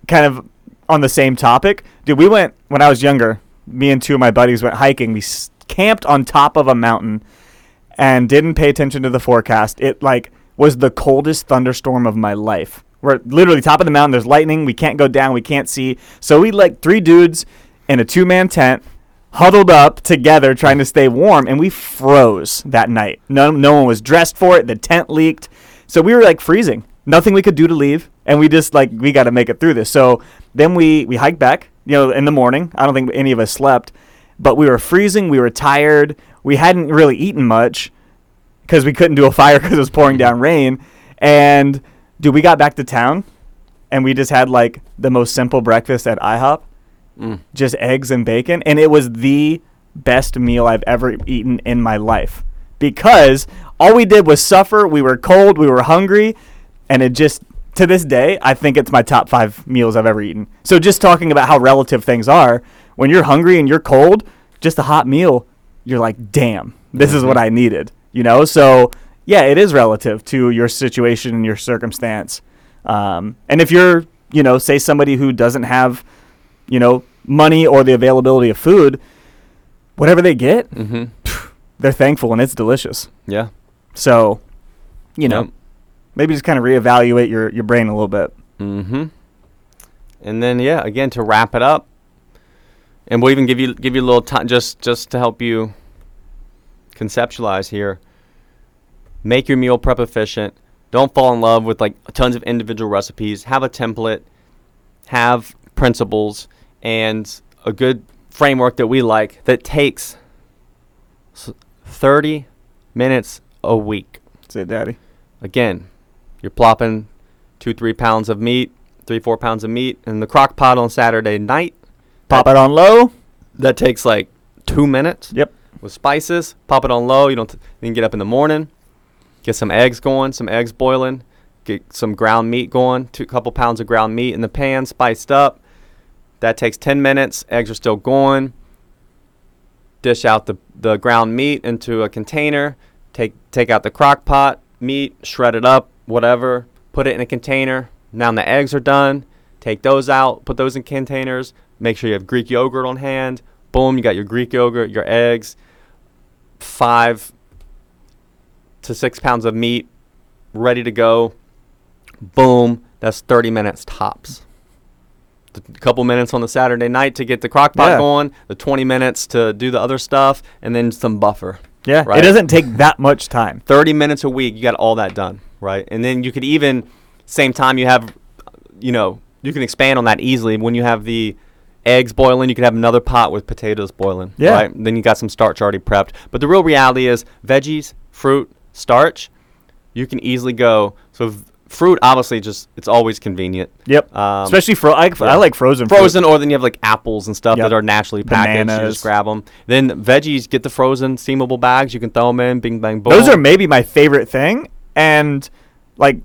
Speaker 2: kind of on the same topic. Dude, we went when I was younger. Me and two of my buddies went hiking. We s- camped on top of a mountain and didn't pay attention to the forecast. It like was the coldest thunderstorm of my life. We're literally top of the mountain. There's lightning. We can't go down. We can't see. So we like three dudes in a two man tent, huddled up together, trying to stay warm, and we froze that night. No, no one was dressed for it. The tent leaked, so we were like freezing. Nothing we could do to leave, and we just like we got to make it through this. So then we we hiked back. You know, in the morning, I don't think any of us slept, but we were freezing. We were tired. We hadn't really eaten much because we couldn't do a fire because it was pouring down rain. And dude, we got back to town, and we just had like the most simple breakfast at IHOP,
Speaker 1: Mm.
Speaker 2: just eggs and bacon, and it was the best meal I've ever eaten in my life because all we did was suffer. We were cold. We were hungry, and it just to this day, I think it's my top five meals I've ever eaten. So just talking about how relative things are, when you're hungry and you're cold, just a hot meal, you're like, damn, this is what I needed. You know, so yeah, it is relative to your situation and your circumstance. Um, and if you're, you know, say somebody who doesn't have, you know, money or the availability of food, whatever they get,
Speaker 1: Mm-hmm.
Speaker 2: they're thankful and it's delicious.
Speaker 1: Yeah.
Speaker 2: So, you know, maybe just kind of reevaluate your, your brain a little bit.
Speaker 1: Mm-hmm. And then yeah, again to wrap it up, and we'll even give you give you a little time just just to help you conceptualize here. Make your meal prep efficient. Don't fall in love with like tons of individual recipes. Have a template. Have principles and a good framework that we like that takes s- 30 minutes a week
Speaker 2: Say, Daddy.
Speaker 1: again, you're plopping two, three pounds of meat, three, four pounds of meat in the crock pot on Saturday night.
Speaker 2: Pop it on low.
Speaker 1: That takes like two minutes
Speaker 2: Yep.
Speaker 1: with spices. Pop it on low. You don't then get up in the morning, get some eggs going, some eggs boiling, get some ground meat going, two couple pounds of ground meat in the pan, spiced up. That takes ten minutes. Eggs are still going. Dish out the, the ground meat into a container. Take take out the crock pot meat, shred it up, whatever. Put it in a container. Now the eggs are done. Take those out. Put those in containers. Make sure you have Greek yogurt on hand. Boom, you got your Greek yogurt, your eggs, five to six pounds of meat ready to go. Boom, that's 30 minutes tops. The couple minutes on the Saturday night to get the crock pot
Speaker 2: Yeah.
Speaker 1: going, the 20 minutes to do the other stuff, and then some buffer.
Speaker 2: Yeah.
Speaker 1: Right.
Speaker 2: It doesn't take that much time.
Speaker 1: 30 minutes a week, you got all that done, right? And then you could even, same time you have, you know, you can expand on that easily. When you have the eggs boiling, you could have another pot with potatoes boiling,
Speaker 2: Yeah.
Speaker 1: right? And then you got some starch already prepped. But the real reality is veggies, fruit, starch, you can easily go. So v- fruit, obviously, just it's always convenient.
Speaker 2: Yep.
Speaker 1: Um,
Speaker 2: Especially fro. I, I like frozen. fruit.
Speaker 1: frozen, or then you have like apples and stuff
Speaker 2: Yep.
Speaker 1: that are naturally packaged. You
Speaker 2: Bananas.
Speaker 1: just grab them. Then veggies, get the frozen steamable bags. You can throw them in, bing bang boom.
Speaker 2: Those are maybe my favorite thing, and like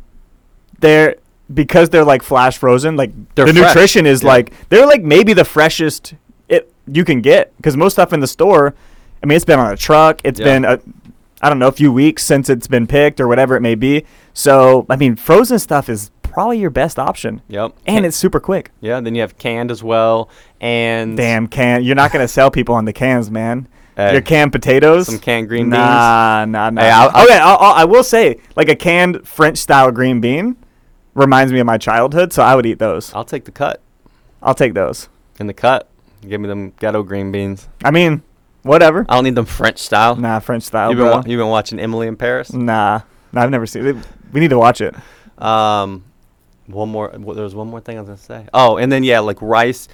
Speaker 2: they're because they're like flash frozen. Like
Speaker 1: They're
Speaker 2: the
Speaker 1: fresh.
Speaker 2: nutrition is
Speaker 1: Yeah.
Speaker 2: like they're like maybe the freshest it you can get because most stuff in the store. I mean, it's been on a truck. It's
Speaker 1: Yeah.
Speaker 2: been a, I don't know a few weeks since it's been picked or whatever it may be. So I mean, frozen stuff is probably your best option,
Speaker 1: Yep.
Speaker 2: and it's super quick.
Speaker 1: Yeah, then you have canned as well, and
Speaker 2: Damn can, you're not gonna sell people on the cans, man.
Speaker 1: Hey.
Speaker 2: Your canned potatoes,
Speaker 1: Some canned green beans.
Speaker 2: Nah, nah, nah.
Speaker 1: Hey, I'll-
Speaker 2: okay, I'll, I'll, I will say, like a canned French style green bean reminds me of my childhood, so I would eat those.
Speaker 1: I'll take the cut.
Speaker 2: I'll take those.
Speaker 1: In the cut, give me them ghetto green beans.
Speaker 2: I mean, whatever.
Speaker 1: I don't need them French style.
Speaker 2: Nah, French style,
Speaker 1: you've been
Speaker 2: bro.
Speaker 1: wa- you've been watching Emily in Paris.
Speaker 2: nah, nah, I've never seen it. We need to watch it.
Speaker 1: Um, one more. w- There was one more thing I was gonna say. Oh, and then yeah, like rice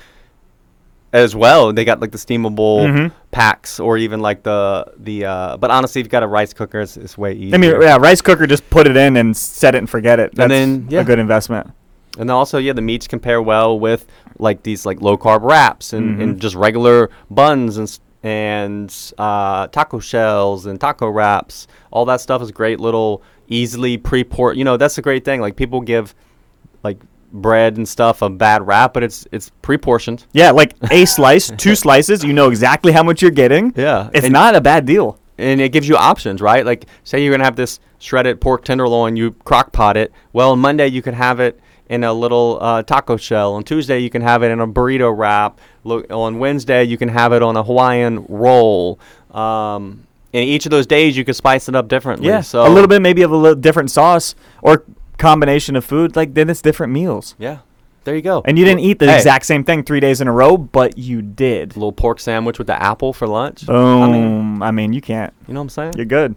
Speaker 1: as well. They got like the steamable
Speaker 2: Mhm.
Speaker 1: packs, or even like the the. Uh, but honestly, if you've got a rice cooker, it's, it's way easier.
Speaker 2: I mean, yeah, rice cooker, just put it in and set it and forget it. That's
Speaker 1: And then, yeah.
Speaker 2: a good investment.
Speaker 1: And then also, yeah, the meats compare well with like these like low carb wraps and,
Speaker 2: Mhm.
Speaker 1: and just regular buns and s- and uh, taco shells and taco wraps. All that stuff is great. Little easily pre port. You know, that's the great thing. Like people give like bread and stuff a bad rap, but it's it's pre portioned.
Speaker 2: Yeah, like a slice, two slices, you know exactly how much you're getting.
Speaker 1: Yeah,
Speaker 2: It's
Speaker 1: and-
Speaker 2: not a bad deal.
Speaker 1: and it gives you options, right? Like, say you're gonna have this shredded pork tenderloin, you crock pot it. Well, Monday you can have it in a little uh, taco shell. On Tuesday you can have it in a burrito wrap. Lo- on Wednesday you can have it on a Hawaiian roll. Um, and each of those days you can spice it up differently.
Speaker 2: Yeah,
Speaker 1: so
Speaker 2: a little bit maybe of a little different sauce or combination of food. Like then it's different meals.
Speaker 1: Yeah, there you go.
Speaker 2: And you didn't eat the
Speaker 1: Hey,
Speaker 2: exact same thing three days in a row, but you did.
Speaker 1: little pork sandwich with the apple for lunch.
Speaker 2: Boom.
Speaker 1: I mean,
Speaker 2: you can't.
Speaker 1: you know what I'm saying?
Speaker 2: You're good.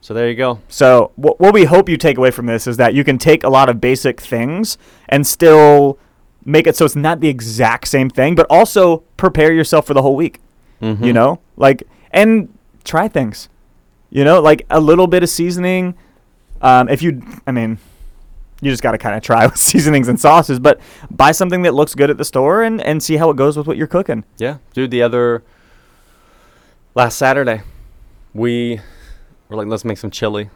Speaker 1: So there you go.
Speaker 2: So what what we hope you take away from this is that you can take a lot of basic things and still make it so it's not the exact same thing, but also prepare yourself for the whole week.
Speaker 1: Mhm.
Speaker 2: You know, like and try things. You know, like a little bit of seasoning. Um, if you, I mean, you just got to kind of try with seasonings and sauces, but buy something that looks good at the store and and see how it goes with what you're cooking.
Speaker 1: Yeah, dude. The other last Saturday, we were like, let's make some chili,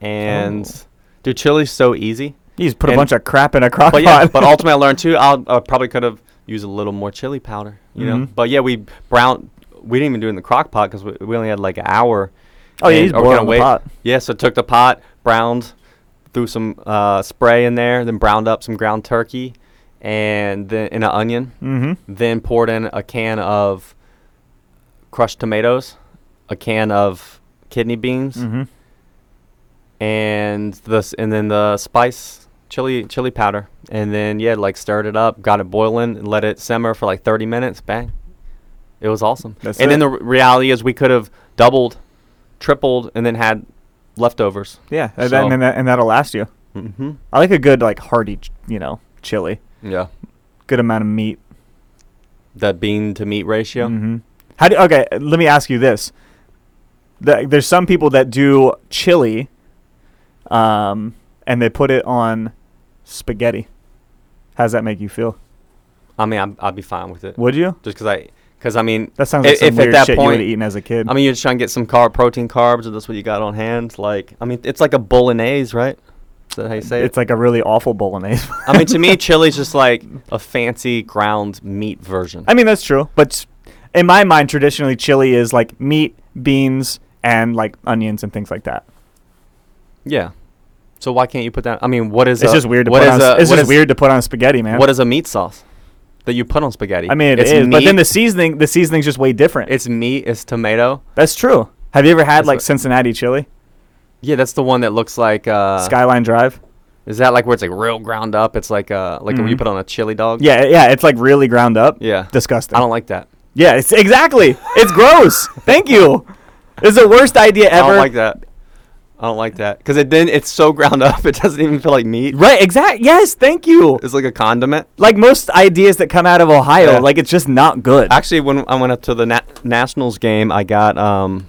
Speaker 1: and dude, chili's so easy.
Speaker 2: You just put a
Speaker 1: And-
Speaker 2: bunch of crap in a crock
Speaker 1: but yeah,
Speaker 2: pot.
Speaker 1: but ultimately I learned too. I'll, I probably could have used a little more chili powder, you know.
Speaker 2: Mhm.
Speaker 1: But yeah, we brown. We didn't even do it in the crock pot because we, we only had like an hour.
Speaker 2: oh yeah,
Speaker 1: and-
Speaker 2: you just
Speaker 1: or
Speaker 2: boil
Speaker 1: kinda
Speaker 2: it in the
Speaker 1: wait-
Speaker 2: pot.
Speaker 1: Yeah, so took the pot, browned, threw some uh, spray in there, then browned up some ground turkey, and then in an onion.
Speaker 2: Mm-hmm.
Speaker 1: Then poured in a can of crushed tomatoes, a can of kidney beans,
Speaker 2: Mm-hmm.
Speaker 1: and this and then the spice chili chili powder and then yeah like stirred it up got it boiling and let it simmer for like 30 minutes bang it was awesome
Speaker 2: That's
Speaker 1: and
Speaker 2: it.
Speaker 1: then the r- reality is we could have doubled tripled and then had leftovers
Speaker 2: Yeah, and,
Speaker 1: So-
Speaker 2: then, and, that, and that'll last you.
Speaker 1: mm-hmm.
Speaker 2: I like a good like hearty, ch- you know, chili.
Speaker 1: yeah
Speaker 2: Good amount of meat.
Speaker 1: that bean to meat ratio
Speaker 2: Mm-hmm. How do okay? uh, Let me ask you this: the, There's some people that do chili, um, and they put it on spaghetti. How's that make you feel?
Speaker 1: i mean I'm, i'd be fine with it
Speaker 2: Would you?
Speaker 1: just because i because i mean
Speaker 2: That sounds
Speaker 1: I-
Speaker 2: like some
Speaker 1: if at
Speaker 2: weird
Speaker 1: that
Speaker 2: shit you would
Speaker 1: point-
Speaker 2: have eaten as a kid.
Speaker 1: i mean you're just trying to get some carb protein carbs or that's what you got on hand like i mean it's like a bolognese right is that how you say it
Speaker 2: it's like a really awful bolognese.
Speaker 1: I mean, to me, chili's just like a fancy ground meat version.
Speaker 2: I mean, that's true. But s- in my mind, traditionally, chili is like meat, beans, and like onions and things like that.
Speaker 1: yeah. So why can't you put that? I mean, what is
Speaker 2: It's
Speaker 1: a,
Speaker 2: just weird to
Speaker 1: what
Speaker 2: put
Speaker 1: is
Speaker 2: on.
Speaker 1: a-
Speaker 2: s- it's
Speaker 1: what
Speaker 2: just
Speaker 1: is-
Speaker 2: weird to put on spaghetti, man.
Speaker 1: What is a meat sauce that you put on spaghetti?
Speaker 2: I mean, it's
Speaker 1: it's
Speaker 2: but then
Speaker 1: meat,
Speaker 2: the seasoning, the seasoning's just way different.
Speaker 1: it's meat, it's tomato.
Speaker 2: that's true. Have you ever had
Speaker 1: That's
Speaker 2: like
Speaker 1: what-
Speaker 2: Cincinnati chili,
Speaker 1: Yeah, that's the one that looks like. Uh,
Speaker 2: Skyline Drive?
Speaker 1: is that like where it's like real ground up? It's like uh, like when you
Speaker 2: Mhm.
Speaker 1: put on a chili dog.
Speaker 2: Yeah, yeah, it's like really ground up.
Speaker 1: Yeah.
Speaker 2: disgusting.
Speaker 1: I don't like that.
Speaker 2: yeah, it's exactly. It's gross. Thank you. It's the worst idea
Speaker 1: I
Speaker 2: ever.
Speaker 1: don't like that. I don't like that because it then it's so ground up it doesn't even feel like meat.
Speaker 2: Right? Exact. Yes. Thank you.
Speaker 1: It's like a condiment.
Speaker 2: Like most ideas that come out of Ohio,
Speaker 1: Yeah.
Speaker 2: like it's just not good.
Speaker 1: Actually, when I went up to the nat- Nationals game, I got um,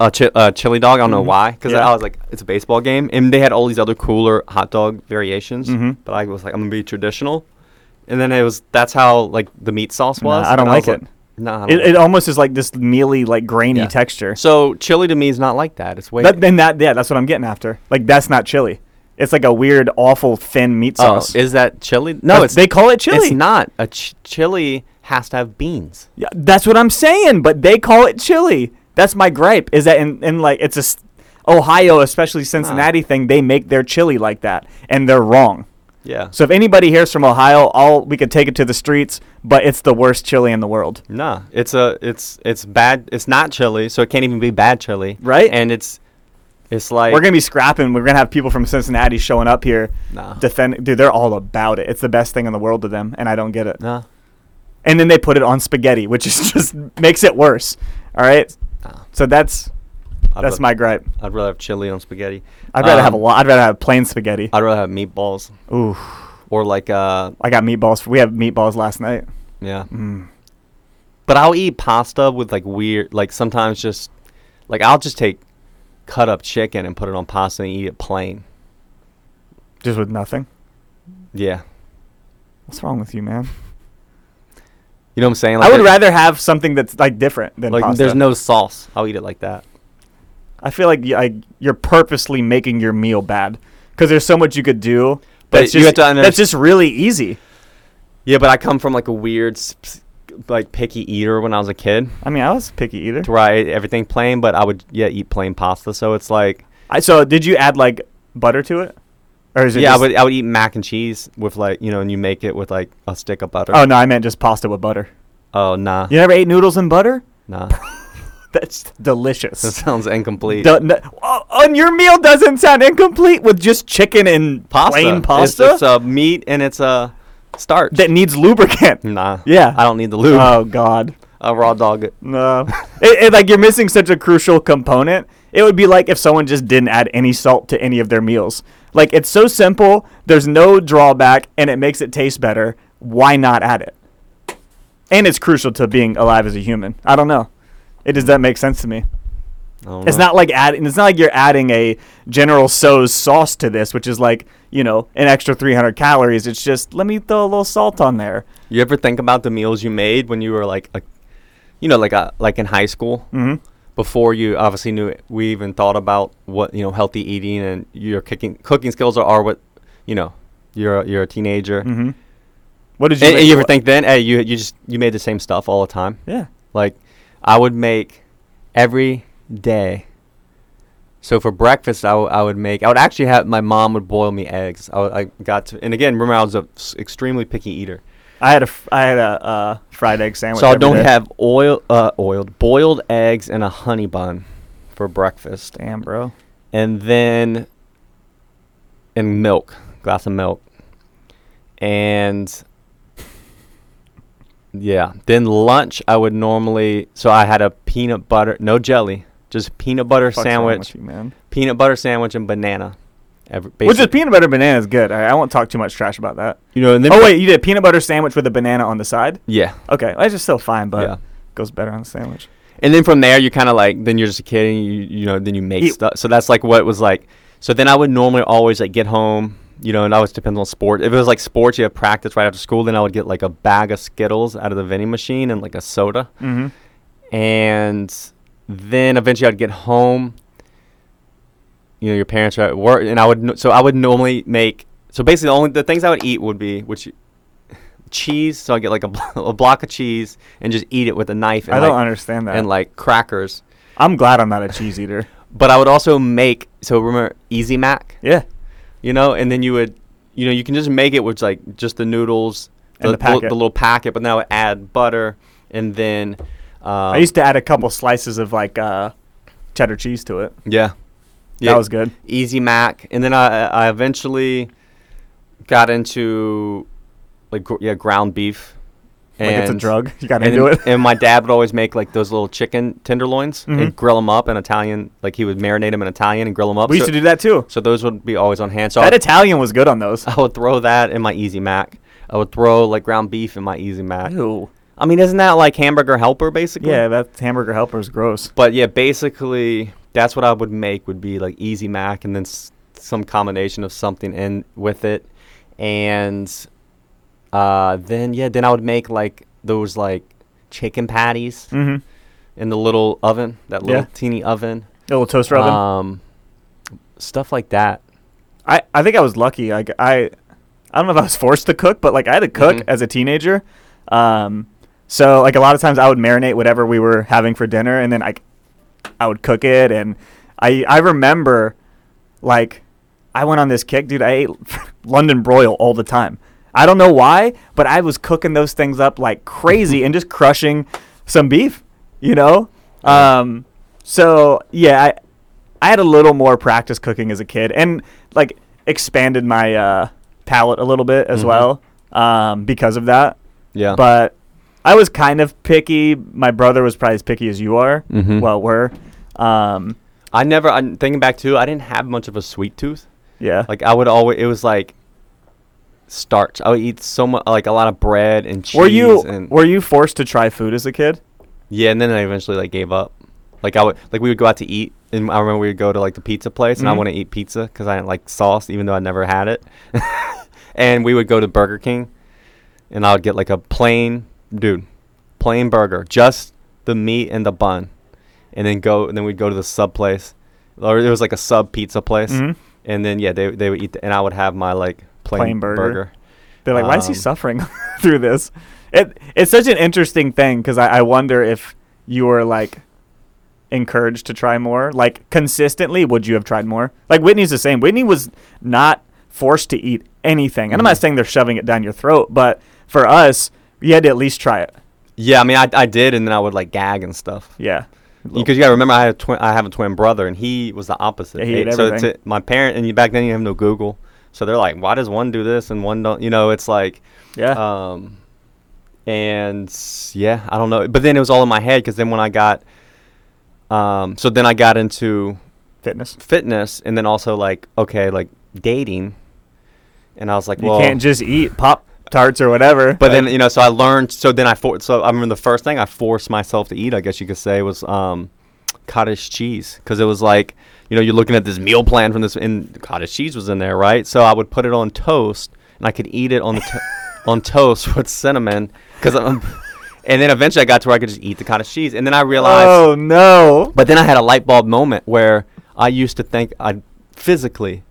Speaker 1: a, chi- a chili dog. I don't know
Speaker 2: Mhm.
Speaker 1: why, because
Speaker 2: Yeah.
Speaker 1: I was like, it's a baseball game, and they had all these other cooler hot dog variations.
Speaker 2: Mhm.
Speaker 1: But I was like, I'm gonna be traditional, and then it was that's how like the meat sauce
Speaker 2: Nah,
Speaker 1: was.
Speaker 2: I don't
Speaker 1: and was
Speaker 2: like it.
Speaker 1: Nah, I don't
Speaker 2: it,
Speaker 1: like
Speaker 2: it almost is like this mealy, like grainy
Speaker 1: Yeah.
Speaker 2: texture.
Speaker 1: it. so chili to me is not like that. It's way
Speaker 2: That, then that, yeah, that's what I'm getting after. Like that's not chili. It's like a weird, awful, thin meat
Speaker 1: oh,
Speaker 2: sauce.
Speaker 1: is that chili? No,
Speaker 2: That's-
Speaker 1: it's
Speaker 2: they call it chili.
Speaker 1: It's not a ch- chili has to have beans.
Speaker 2: Yeah, that's what I'm saying, but they call it chili. That's my gripe. Is that in, in like it's a s- Ohio, especially Cincinnati thing, they make their chili like that, and they're wrong.
Speaker 1: Yeah.
Speaker 2: So if anybody here's from Ohio, all we could take it to the streets, but it's the worst chili in the world.
Speaker 1: Nah, it's a it's it's bad. It's not chili, so it can't even be bad chili,
Speaker 2: Right.
Speaker 1: And it's it's like
Speaker 2: We're gonna be scrapping. We're gonna have people from Cincinnati showing up here,
Speaker 1: nah
Speaker 2: defend. Dude, they're all about it. It's the best thing in the world to them, and I don't get it.
Speaker 1: nah
Speaker 2: And then they put it on spaghetti, which is just makes it worse. All right,
Speaker 1: nah.
Speaker 2: so that's
Speaker 1: Ah. I'd
Speaker 2: that's
Speaker 1: rather-
Speaker 2: my gripe.
Speaker 1: I'd rather have chili on spaghetti.
Speaker 2: I'd rather have a
Speaker 1: Um,
Speaker 2: lot. I'd rather have plain spaghetti.
Speaker 1: I'd rather have meatballs
Speaker 2: Ooh.
Speaker 1: or like uh
Speaker 2: I got meatballs. We had meatballs last night.
Speaker 1: yeah.
Speaker 2: Mm.
Speaker 1: But I'll eat pasta with like weird like sometimes just like I'll just take cut up chicken and put it on pasta and eat it plain.
Speaker 2: Just with nothing.
Speaker 1: Yeah,
Speaker 2: What's wrong with you, man?
Speaker 1: you know what I'm saying.
Speaker 2: I would
Speaker 1: it-
Speaker 2: rather have something that's like different than
Speaker 1: like
Speaker 2: pasta.
Speaker 1: there's no sauce. I'll eat it like that.
Speaker 2: I feel like y- I, you're purposely making your meal bad because there's so much you could do.
Speaker 1: But
Speaker 2: that's
Speaker 1: you
Speaker 2: just,
Speaker 1: have to
Speaker 2: That's
Speaker 1: underst-
Speaker 2: just really easy.
Speaker 1: Yeah, but I come from like a weird sp- like picky eater when I was a kid.
Speaker 2: I mean, I was picky eater.
Speaker 1: to where I ate everything plain, but I would yeah eat plain pasta. So it's like
Speaker 2: I, so did you add like butter to it, or is it?
Speaker 1: yeah,
Speaker 2: just-
Speaker 1: I would I would eat mac and cheese with like you know, and you make it with like a stick of butter.
Speaker 2: Oh no, I meant just pasta with butter.
Speaker 1: Oh, nah,
Speaker 2: You never ate noodles and butter?
Speaker 1: nah,
Speaker 2: That's
Speaker 1: that
Speaker 2: delicious.
Speaker 1: sounds incomplete.
Speaker 2: Do- no- oh, on your meal doesn't sound incomplete with just chicken and
Speaker 1: pasta,
Speaker 2: plain
Speaker 1: It's- uh,
Speaker 2: pasta.
Speaker 1: It's, a meat and it's a starch.
Speaker 2: that needs lubricant.
Speaker 1: nah,
Speaker 2: Yeah.
Speaker 1: I don't need the lube.
Speaker 2: Oh God.
Speaker 1: a raw dog.
Speaker 2: No. it, it, like you're missing such a crucial component. It would be like if someone just didn't add any salt to any of their meals. Like it's so simple, there's no drawback and it makes it taste better. Why not add it? And it's crucial to being alive as a human. I don't know. It does that make sense to me?
Speaker 1: I don't
Speaker 2: It's
Speaker 1: know.
Speaker 2: not like adding. It's not like you're adding a General So's sauce to this, which is like you know an extra 300 calories. It's just let me throw a little salt on there.
Speaker 1: You ever think about the meals you made when you were uh, like a, you know, like a like in high school,
Speaker 2: Mm-hmm.
Speaker 1: before you obviously knew we even thought about what you know healthy eating and your cooking cooking skills are, are what you know you're a, you're a teenager
Speaker 2: Mm-hmm. What did you?
Speaker 1: and, and
Speaker 2: make-
Speaker 1: you ever think then hey you you just you made the same stuff all the time
Speaker 2: Yeah.
Speaker 1: like I would make every day. So for breakfast, I, w- I would make. I would actually have my mom would boil me eggs. I, would, I got to, and again, remember I was an extremely picky eater.
Speaker 2: I had a f- I had a uh, fried egg sandwich.
Speaker 1: So I
Speaker 2: every
Speaker 1: don't
Speaker 2: day.
Speaker 1: have oil, uh, oiled boiled eggs and a honey bun for breakfast,
Speaker 2: Damn, bro.
Speaker 1: and then and milk, glass of milk, and yeah. Then lunch, I would normally. So I had a peanut butter, no jelly, just peanut butter
Speaker 2: Fuck
Speaker 1: sandwich,
Speaker 2: sandwichy, man.
Speaker 1: peanut butter sandwich and banana. Every,
Speaker 2: Which is
Speaker 1: basic-
Speaker 2: peanut butter banana is good. I, I won't talk too much trash about that.
Speaker 1: you know. And then
Speaker 2: Oh wait, you did peanut butter sandwich with a banana on the side.
Speaker 1: yeah,
Speaker 2: Okay, that's just still fine, but
Speaker 1: yeah.
Speaker 2: goes better on the sandwich.
Speaker 1: And then from there, you kind of like, then you're just a kid, and you, you know, then you make
Speaker 2: Eat.
Speaker 1: stuff. So that's like what it was like. So then I would normally always like get home, you know, and always depends on sport. If it was like sports, you have practice right after school, then I would get like a bag of Skittles out of the vending machine and like a soda.
Speaker 2: Mm-hmm.
Speaker 1: And then eventually I'd get home. You know, your parents are at work, and I would no- so I would normally make so basically the only the things I would eat would be which cheese. So I get like a, blo- a block of cheese and just eat it with a knife. And
Speaker 2: I
Speaker 1: like,
Speaker 2: don't understand that.
Speaker 1: and like crackers.
Speaker 2: I'm glad I'm not a cheese eater.
Speaker 1: But I would also make so remember Easy Mac,
Speaker 2: Yeah,
Speaker 1: you know, and then you would, you know, you can just make it with like just the noodles,
Speaker 2: And the
Speaker 1: little-
Speaker 2: packet.
Speaker 1: little packet. But now I would add butter, and then um,
Speaker 2: I used to add a couple slices of like uh, cheddar cheese to it.
Speaker 1: yeah,
Speaker 2: That was good.
Speaker 1: Easy Mac, and then I I eventually got into like gr- yeah ground beef.
Speaker 2: like it's a
Speaker 1: and-
Speaker 2: drug. You got
Speaker 1: and,
Speaker 2: into it.
Speaker 1: then- and my dad would always make like those little chicken tenderloins
Speaker 2: Mhm.
Speaker 1: and grill them up in Italian. Like he would marinate them in Italian and grill them up.
Speaker 2: we
Speaker 1: So-
Speaker 2: used to do that too.
Speaker 1: So those would be always on hand. So I
Speaker 2: That
Speaker 1: would,
Speaker 2: Italian was good on those.
Speaker 1: I would throw that in my Easy Mac. I would throw like ground beef in my Easy Mac.
Speaker 2: Ew.
Speaker 1: I mean, isn't that like hamburger helper basically?
Speaker 2: Yeah, that hamburger helper is gross.
Speaker 1: But yeah, basically that's what I would make would be like Easy Mac and then s- some combination of something in with it, and uh, then yeah, then I would make like those like chicken patties
Speaker 2: Mm-hmm.
Speaker 1: in the little oven, that little
Speaker 2: Yeah.
Speaker 1: teeny oven,
Speaker 2: little toaster oven.
Speaker 1: um, stuff like that.
Speaker 2: I, I think I was lucky. Like I, I don't know if I was forced to cook, but like I had to cook
Speaker 1: Mhm.
Speaker 2: as a teenager. Um, so like a lot of times I would marinate whatever we were having for dinner, and then I, I would cook it, and I I remember, like, I went on this kick, dude. I ate London broil all the time. I don't know why, but I was cooking those things up like crazy and just crushing some beef, you know. Um, so yeah, I, I had a little more practice cooking as a kid, and like expanded my uh, palate a little bit as
Speaker 1: Mhm.
Speaker 2: well um, because of that.
Speaker 1: Yeah.
Speaker 2: But I was kind of picky. My brother was probably as picky as you are.
Speaker 1: Mhm.
Speaker 2: Well, were. Um,
Speaker 1: I never. I'm thinking back too. I didn't have much of a sweet tooth.
Speaker 2: yeah.
Speaker 1: Like I would always. It was like starch. I would eat so much, like a lot of bread and cheese.
Speaker 2: were you
Speaker 1: And,
Speaker 2: were you forced to try food as a kid?
Speaker 1: yeah, and then I eventually like gave up. Like I would, like we would go out to eat, and I remember we would go to like the pizza place, and I
Speaker 2: Mhm.
Speaker 1: want to eat pizza because I didn't like sauce, even though I never had it. and we would go to Burger King, and I would get like a plain, dude, plain burger, just the meat and the bun, and then go, and then we'd go to the sub place, or it was like a sub pizza place,
Speaker 2: Mhm.
Speaker 1: and then yeah, they they would eat, the, and I would have my like plain,
Speaker 2: Plain burger.
Speaker 1: burger.
Speaker 2: They're like, why is he
Speaker 1: Um,
Speaker 2: suffering through this? It it's such an interesting thing because I, I wonder if you were like encouraged to try more, like consistently, would you have tried more? Like Whitney's the same. Whitney was not forced to eat anything, and I'm not
Speaker 1: Mhm.
Speaker 2: saying they're shoving it down your throat, but for us, you had to at least try it.
Speaker 1: Yeah, I mean, I, I did, and then I would like gag and stuff.
Speaker 2: Yeah,
Speaker 1: Because you gotta remember, I had a twin. I have a twin brother, and he was the opposite.
Speaker 2: Yeah, he ate
Speaker 1: Eh, so
Speaker 2: everything.
Speaker 1: to, my parent, and you, back then you have no Google, so they're like, why does one do this and one don't? You know, it's like,
Speaker 2: yeah.
Speaker 1: um, and s- yeah, I don't know. But then it was all in my head because then when I got, um, so then I got into
Speaker 2: fitness.
Speaker 1: fitness, and then also like okay, like dating, and I was like,
Speaker 2: You
Speaker 1: well,
Speaker 2: can't just eat pop tarts or whatever.
Speaker 1: But then you know, so I learned. So then I for, so I remember the first thing I forced myself to eat. I guess you could say was um, cottage cheese because it was like you know you're looking at this meal plan from this and cottage cheese was in there, right? So I would put it on toast and I could eat it on the to- on toast with cinnamon because I'm. and then eventually I got to where I could just eat the cottage cheese. And then I realized,
Speaker 2: Oh no.
Speaker 1: but then I had a light bulb moment where I used to think I physically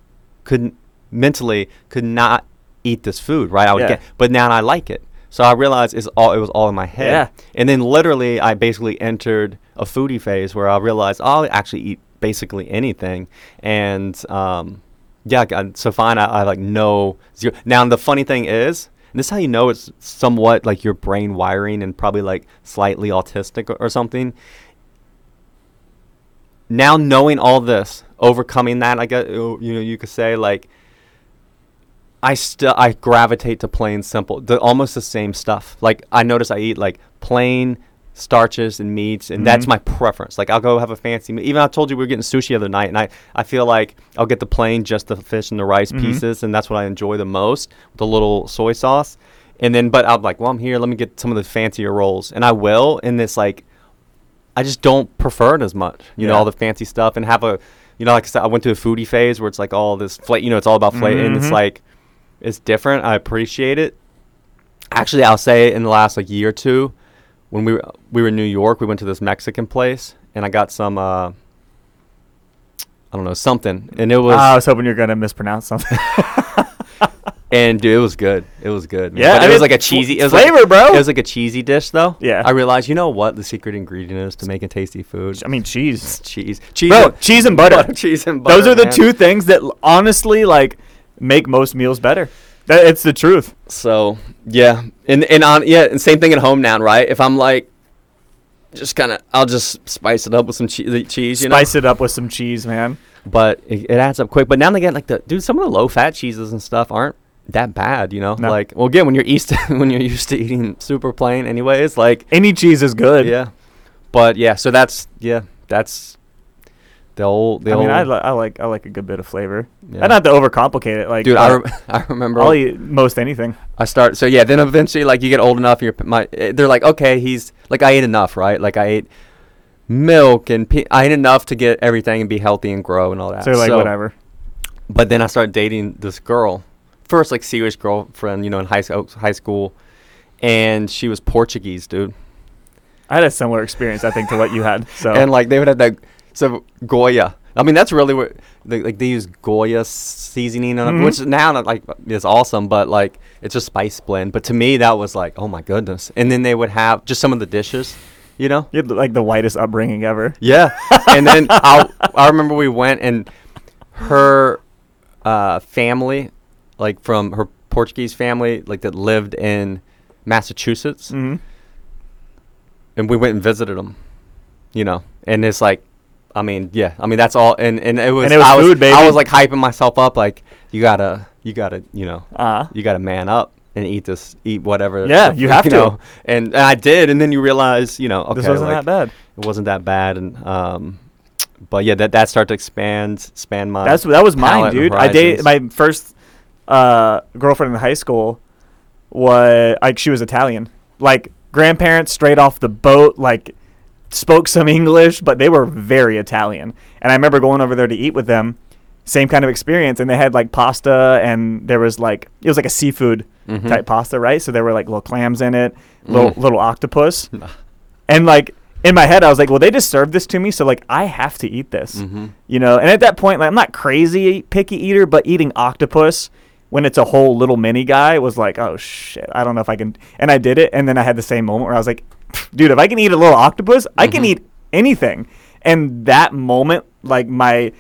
Speaker 1: couldn't, mentally could not eat this food, right? I would
Speaker 2: Yeah.
Speaker 1: get, but now I like it. So I realized it's all it was all in my head.
Speaker 2: Yeah.
Speaker 1: And then literally I basically entered a foodie phase where I realized I'll actually eat basically anything. And um, yeah, God, so fine. I, I like know zero. Now the funny thing is, and this is how you know it's somewhat like your brain wiring and probably like slightly autistic or, or something now knowing all this, overcoming that, I guess you know you could say like I still I gravitate to plain simple, the, almost the same stuff. Like I notice I eat like plain starches and meats, and that's
Speaker 2: Mhm.
Speaker 1: my preference. Like I'll go have a fancy. meal. Even I told you we were getting sushi the other night, and I I feel like I'll get the plain, just the fish and the rice
Speaker 2: Mhm.
Speaker 1: pieces, and that's what I enjoy the most with a little soy sauce. And then, but I'm like, well, I'm here. Let me get some of the fancier rolls, and I will. And it's like I just don't prefer it as much. You know,
Speaker 2: Yeah.
Speaker 1: all the fancy stuff and have a, you know, like I said, I went to a foodie phase where it's like all this, fla- you know, it's all about flavor and it's
Speaker 2: Mhm.
Speaker 1: like, it's different. I appreciate it. Actually, I'll say in the last like year or two, when we were, we were in New York, we went to this Mexican place and I got some, uh, I don't know, something. And it was,
Speaker 2: Ah, I was hoping you're gonna mispronounce something.
Speaker 1: and dude, it was good. It was good. man.
Speaker 2: Yeah,
Speaker 1: But
Speaker 2: I
Speaker 1: it was
Speaker 2: mean,
Speaker 1: like a
Speaker 2: fl-
Speaker 1: cheesy, it was
Speaker 2: flavor,
Speaker 1: like,
Speaker 2: bro.
Speaker 1: It was like a cheesy dish though.
Speaker 2: Yeah.
Speaker 1: I realized, you know what the secret ingredient is to making tasty food?
Speaker 2: I mean, cheese.
Speaker 1: cheese. Cheese.
Speaker 2: Bro,
Speaker 1: and-
Speaker 2: cheese and butter.
Speaker 1: cheese and butter.
Speaker 2: Those are the
Speaker 1: man.
Speaker 2: two things that l- honestly like make most meals better. That it's the truth.
Speaker 1: So yeah, and and on yeah, and same thing at home now, right? If I'm like, just kind of, I'll just spice it up with some che- the cheese, you
Speaker 2: Spice it up with some cheese, man.
Speaker 1: know. But it, it adds up quick. But now they get like the dude. Some of the low fat cheeses and stuff aren't that bad, you know.
Speaker 2: No.
Speaker 1: Like well, again, when you're east, when you're used to eating super plain, anyways, like
Speaker 2: Any cheese is good.
Speaker 1: yeah. But yeah, so that's yeah, that's the old the
Speaker 2: I
Speaker 1: old.
Speaker 2: mean, I, li- I like I like a good bit of flavor.
Speaker 1: yeah.
Speaker 2: And not to overcomplicate it, like
Speaker 1: dude, I,
Speaker 2: uh,
Speaker 1: rem- I remember
Speaker 2: I'll eat most anything.
Speaker 1: I start so yeah. Then eventually, like you get old enough, you're my. eh, They're like, okay, he's like I ate enough, right? Like I ate milk and pe- I ate enough to get everything and be healthy and grow and all that.
Speaker 2: So you're like whatever.
Speaker 1: But then I started dating this girl, first like serious girlfriend, you know, in high school, high school, and she was Portuguese, dude.
Speaker 2: I had a similar experience, I think, to what you had. So
Speaker 1: And like they would have that so Goya. I mean, that's really what they, like they use Goya seasoning, on it,
Speaker 2: Mhm.
Speaker 1: which now not, like is awesome, but like it's a spice blend. But to me, that was like, oh my goodness. And then they would have just some of the dishes, you know?
Speaker 2: you had like the whitest upbringing ever.
Speaker 1: Yeah. and then I I remember we went and her uh, family, like from her Portuguese family, like that lived in Massachusetts,
Speaker 2: hmm
Speaker 1: and we went and visited them, you know. And it's like, I mean, yeah, I mean that's all. And and it was,
Speaker 2: And it was
Speaker 1: I was
Speaker 2: food, baby.
Speaker 1: I was like hyping myself up, like you gotta, you gotta, you know,
Speaker 2: Uh,
Speaker 1: you gotta man up and eat this, eat whatever.
Speaker 2: Yeah,
Speaker 1: the-
Speaker 2: you have to.
Speaker 1: Know? And, and I did, and then you realize, you know, okay,
Speaker 2: this wasn't
Speaker 1: like,
Speaker 2: that bad.
Speaker 1: It wasn't that bad, and um, but yeah, that that started to expand, expand my.
Speaker 2: That's that was mine,
Speaker 1: palate and
Speaker 2: dude. I dated
Speaker 1: horizons.
Speaker 2: my first uh, girlfriend in high school was like she was Italian, like grandparents straight off the boat, like spoke some English, but they were very Italian. And I remember going over there to eat with them, same kind of experience. And they had like pasta, and there was like it was like a seafood
Speaker 1: Mhm.
Speaker 2: type pasta, right? So there were like little clams in it, little
Speaker 1: Mm.
Speaker 2: little octopus, and like in my head I was like, well, they just served this to me, so like I have to eat this
Speaker 1: Mhm.
Speaker 2: you know and at that point like i'm not crazy picky eater but eating octopus when it's a whole little mini guy was like oh shit i don't know if i can and i did it and then i had the same moment where i was like dude if i can eat a little octopus i can
Speaker 1: Mhm.
Speaker 2: eat anything and that moment like my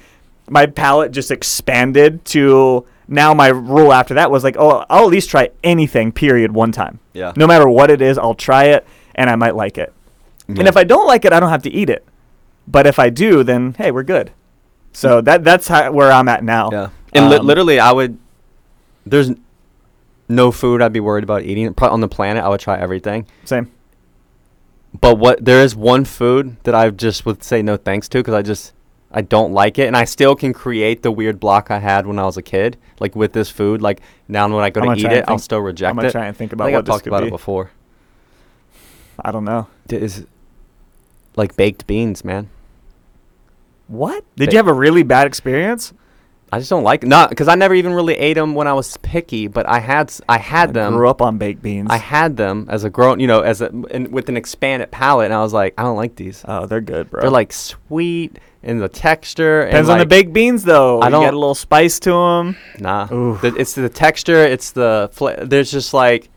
Speaker 2: my palate just expanded to now my rule after that was like oh i'll at least try anything period one time
Speaker 1: Yeah.
Speaker 2: no matter what it is i'll try it and i might like it and
Speaker 1: Yeah.
Speaker 2: if I don't like it, I don't have to eat it. But if I do, then hey, we're good. So that that's how, where I'm at now.
Speaker 1: Hmm. Yeah. And li-
Speaker 2: Um,
Speaker 1: literally, I would. There's n- no food I'd be worried about eating. Probably on the planet, I would try everything.
Speaker 2: Same.
Speaker 1: But what there is one food that I just would say no thanks to because I just I don't like it, and I still can create the weird block I had when I was a kid. Like with this food, like now when I go to
Speaker 2: I'm gonna
Speaker 1: eat
Speaker 2: try
Speaker 1: it,
Speaker 2: and
Speaker 1: I'll
Speaker 2: think-
Speaker 1: still reject
Speaker 2: I'm gonna
Speaker 1: it.
Speaker 2: try and think
Speaker 1: I
Speaker 2: about
Speaker 1: think
Speaker 2: what
Speaker 1: I've
Speaker 2: this
Speaker 1: talked
Speaker 2: could
Speaker 1: about
Speaker 2: be.
Speaker 1: it before.
Speaker 2: I don't know.
Speaker 1: D- Is like baked beans, man.
Speaker 2: What? Did
Speaker 1: Ba-
Speaker 2: you have a really bad experience?
Speaker 1: I just don't like not because I never even really ate them when I was picky, but I had s- I had
Speaker 2: I
Speaker 1: them.
Speaker 2: grew up on baked beans.
Speaker 1: I had them as a grown, you know, as a and with an expanded palate, and I was like, I don't like these.
Speaker 2: oh, they're good, bro.
Speaker 1: They're like sweet and the texture.
Speaker 2: depends
Speaker 1: and
Speaker 2: on the
Speaker 1: like-
Speaker 2: baked beans though.
Speaker 1: I
Speaker 2: I You
Speaker 1: don't-
Speaker 2: get a little spice to them.
Speaker 1: Nah,
Speaker 2: Oof.
Speaker 1: The- it's the texture. It's the fla- there's just like,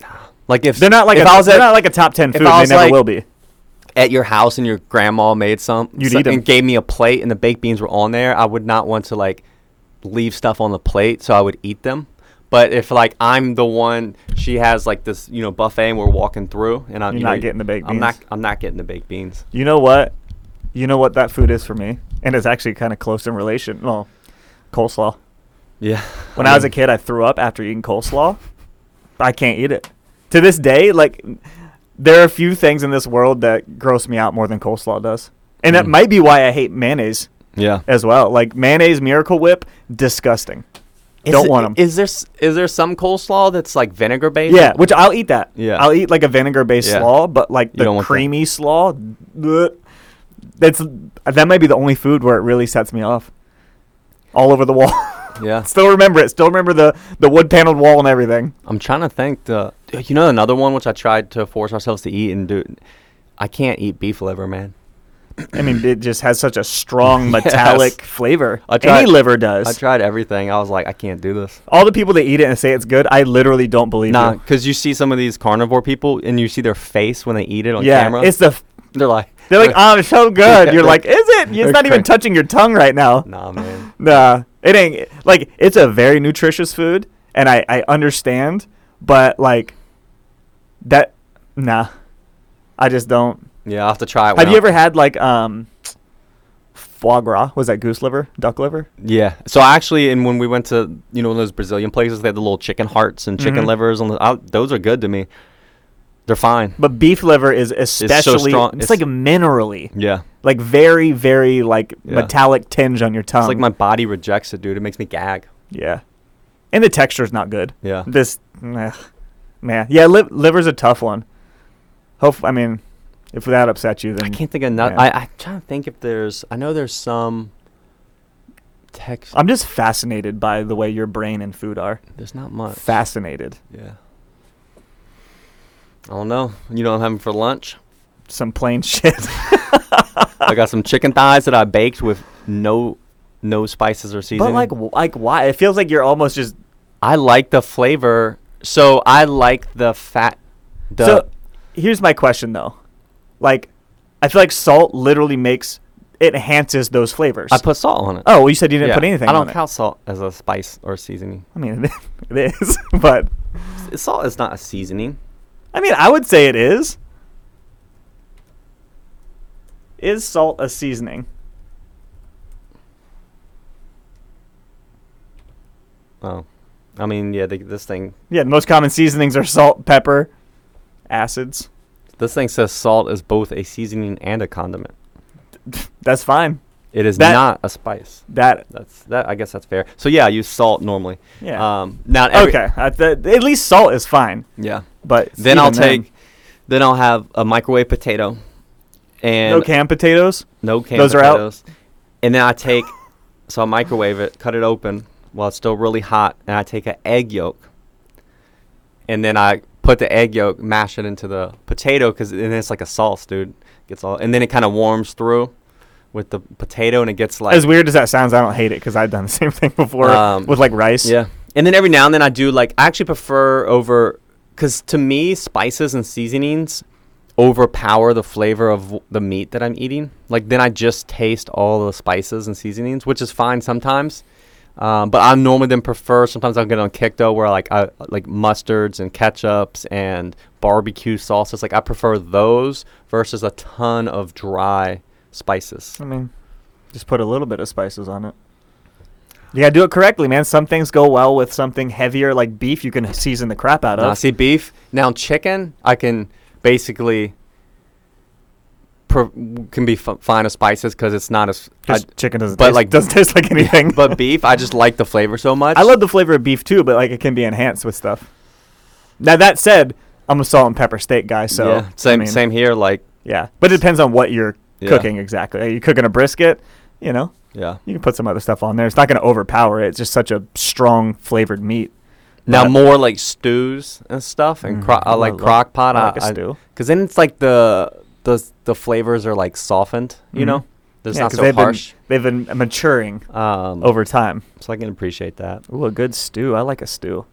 Speaker 1: nah. like if
Speaker 2: They're not like
Speaker 1: if
Speaker 2: a,
Speaker 1: I was
Speaker 2: they're
Speaker 1: at,
Speaker 2: not like a top ten
Speaker 1: if
Speaker 2: food.
Speaker 1: I
Speaker 2: They
Speaker 1: was
Speaker 2: never
Speaker 1: like-
Speaker 2: will be.
Speaker 1: at your house and your grandma made some
Speaker 2: You'd
Speaker 1: so-
Speaker 2: eat 'em.
Speaker 1: and gave me a plate and the baked beans were on there, I would not want to like leave stuff on the plate, so I would eat them. But if like I'm the one, she has like this, you know, buffet and we're walking through, and I'm
Speaker 2: You're
Speaker 1: you
Speaker 2: not
Speaker 1: know,
Speaker 2: getting the baked
Speaker 1: I'm not.
Speaker 2: beans.
Speaker 1: I'm not getting the baked beans.
Speaker 2: You know what? You know what that food is for me, and it's actually kind of close in relation. Well, coleslaw.
Speaker 1: Yeah.
Speaker 2: When I was a kid, I threw up after eating coleslaw. I can't eat it. To this day, like there are few things in this world that gross me out more than coleslaw does, and that
Speaker 1: Mm.
Speaker 2: might be why I hate mayonnaise
Speaker 1: Yeah.
Speaker 2: as well. Like mayonnaise Miracle Whip, disgusting. Don't
Speaker 1: it-
Speaker 2: want 'em.
Speaker 1: Is there s- is there some coleslaw that's like vinegar based?
Speaker 2: Yeah, which I'll eat that.
Speaker 1: Yeah.
Speaker 2: I'll eat like a vinegar based
Speaker 1: Yeah.
Speaker 2: slaw, but like
Speaker 1: You don't
Speaker 2: the
Speaker 1: want that.
Speaker 2: creamy slaw, bleh, that's that might be the only food where it really sets me off. All over the wall.
Speaker 1: Yeah.
Speaker 2: Still remember it. Still remember the the wood paneled wall and everything.
Speaker 1: I'm trying to think. The you know another one which I tried to force ourselves to eat and do. I can't eat beef liver, man.
Speaker 2: I mean, it just has such a strong metallic flavor.
Speaker 1: I
Speaker 2: Any
Speaker 1: tried-
Speaker 2: liver
Speaker 1: I
Speaker 2: does.
Speaker 1: tried everything. I was like, I can't do this.
Speaker 2: All the people that eat it and say it's good, I literally don't believe
Speaker 1: Nah,
Speaker 2: you.
Speaker 1: because you see some of these carnivore people and you see their face when they eat it on
Speaker 2: yeah,
Speaker 1: camera.
Speaker 2: it's the. f-
Speaker 1: they're like,
Speaker 2: They're like, oh, it's so good. You're
Speaker 1: They're-
Speaker 2: like, is it? It's
Speaker 1: they're
Speaker 2: not even
Speaker 1: cra-
Speaker 2: touching your tongue right now.
Speaker 1: nah, man.
Speaker 2: Nah, it ain't like it's a very nutritious food, and I I understand, but like that nah, I just don't.
Speaker 1: Yeah, I will have to try it.
Speaker 2: Have
Speaker 1: when
Speaker 2: you
Speaker 1: I-
Speaker 2: ever had like um foie gras? Was that goose liver, duck liver?
Speaker 1: Yeah. So I actually, and when we went to you know those Brazilian places, they had the little chicken hearts and chicken
Speaker 2: Mhm.
Speaker 1: livers. On the, I, those are good to me. They're fine.
Speaker 2: But beef liver is especially it's,
Speaker 1: strong- it's-
Speaker 2: like minerally,
Speaker 1: Yeah.
Speaker 2: like very very like
Speaker 1: Yeah.
Speaker 2: metallic tinge on your tongue.
Speaker 1: it's like my body rejects it, dude. It makes me gag.
Speaker 2: yeah, and the texture's not good.
Speaker 1: Yeah.
Speaker 2: This, meh, man, yeah, li- liver's a tough one. Hope I mean, if that upsets you, then
Speaker 1: I can't think of not.
Speaker 2: Mm-hmm. Yeah.
Speaker 1: I, I'm trying to think if there's. I know there's some. Text.
Speaker 2: I'm just fascinated by the way your brain and food are.
Speaker 1: There's not much.
Speaker 2: Fascinated.
Speaker 1: Yeah. I don't know. You know what I'm having for lunch?
Speaker 2: Some plain shit.
Speaker 1: I got some chicken thighs that I baked with no no spices or seasoning.
Speaker 2: but like, w- like why? It feels like you're almost just.
Speaker 1: I like the flavor. So I like the fat the
Speaker 2: So, here's my question though. Like, I feel like salt literally makes it enhances those flavors.
Speaker 1: I put salt on it.
Speaker 2: oh, well, you said you didn't
Speaker 1: Yeah.
Speaker 2: put anything.
Speaker 1: I don't
Speaker 2: on
Speaker 1: count salt as a spice or seasoning.
Speaker 2: It. I mean, it is, but
Speaker 1: S- Salt is not a seasoning.
Speaker 2: I mean, I would say it is. Is salt a seasoning?
Speaker 1: Oh. I mean, yeah, they, this thing
Speaker 2: Yeah, the most common seasonings are salt, pepper, acids.
Speaker 1: this thing says salt is both a seasoning and a condiment.
Speaker 2: That's fine.
Speaker 1: It is
Speaker 2: That-
Speaker 1: not a spice.
Speaker 2: That
Speaker 1: That's that I guess that's fair. So yeah, I use salt normally.
Speaker 2: yeah.
Speaker 1: Um not every,
Speaker 2: okay, I th- at least salt is fine,
Speaker 1: Yeah.
Speaker 2: but
Speaker 1: Then
Speaker 2: even
Speaker 1: I'll take, then. I'll have a microwave potato, and
Speaker 2: no canned potatoes.
Speaker 1: no canned
Speaker 2: Those are out?
Speaker 1: potatoes. And then I take, so I microwave it, cut it open while it's still really hot, and I take an egg yolk, and then I put the egg yolk, mash it into the potato, cause and it's like a sauce, dude. Gets all, and then it kind of warms through with the potato, and it gets like
Speaker 2: as weird as that sounds, I don't hate it because I've done the same thing before
Speaker 1: Um,
Speaker 2: with like rice.
Speaker 1: Yeah. And then every now and then I do like I actually prefer over cuz to me spices and seasonings overpower the flavor of w- the meat that I'm eating. Like then I just taste all the spices and seasonings, which is fine sometimes. Um, but I normally then prefer sometimes I'll get on kick though where like I like mustards and ketchups and barbecue sauces like I prefer those versus a ton of dry spices.
Speaker 2: I mean, just put a little bit of spices on it. You gotta do it correctly, man. Some things go well with something heavier like beef. You can season the crap out
Speaker 1: Now,
Speaker 2: of.
Speaker 1: see, beef. Now, chicken, I can basically pro- can be f- fine with spices because it's not as. I,
Speaker 2: 'Cause chicken doesn't.
Speaker 1: but
Speaker 2: taste,
Speaker 1: like-
Speaker 2: doesn't taste like anything.
Speaker 1: but beef, I just like the flavor so much.
Speaker 2: I love the flavor of beef too, but like it can be enhanced with stuff. Now that said, I'm a salt and pepper steak guy, so
Speaker 1: yeah, same
Speaker 2: I mean,
Speaker 1: same here. Like
Speaker 2: Yeah, but it depends on what you're
Speaker 1: Yeah.
Speaker 2: cooking exactly. Are you cooking a brisket? you know,
Speaker 1: Yeah.
Speaker 2: you can put some other stuff on there. It's not going to overpower it. It's just such a strong flavored meat.
Speaker 1: Now
Speaker 2: But-
Speaker 1: more like stews and stuff, and cro- I
Speaker 2: Mm,
Speaker 1: like
Speaker 2: lo-
Speaker 1: crock pot.
Speaker 2: I
Speaker 1: uh, I
Speaker 2: like a stew.
Speaker 1: Because then it's like the the the flavors are like softened. You
Speaker 2: Mhm.
Speaker 1: know, it's
Speaker 2: Yeah,
Speaker 1: not
Speaker 2: 'cause
Speaker 1: so
Speaker 2: they've been- Oh.
Speaker 1: harsh.
Speaker 2: They've been maturing
Speaker 1: Um,
Speaker 2: over time.
Speaker 1: so I can appreciate that.
Speaker 2: Ooh, a good stew. I like a stew.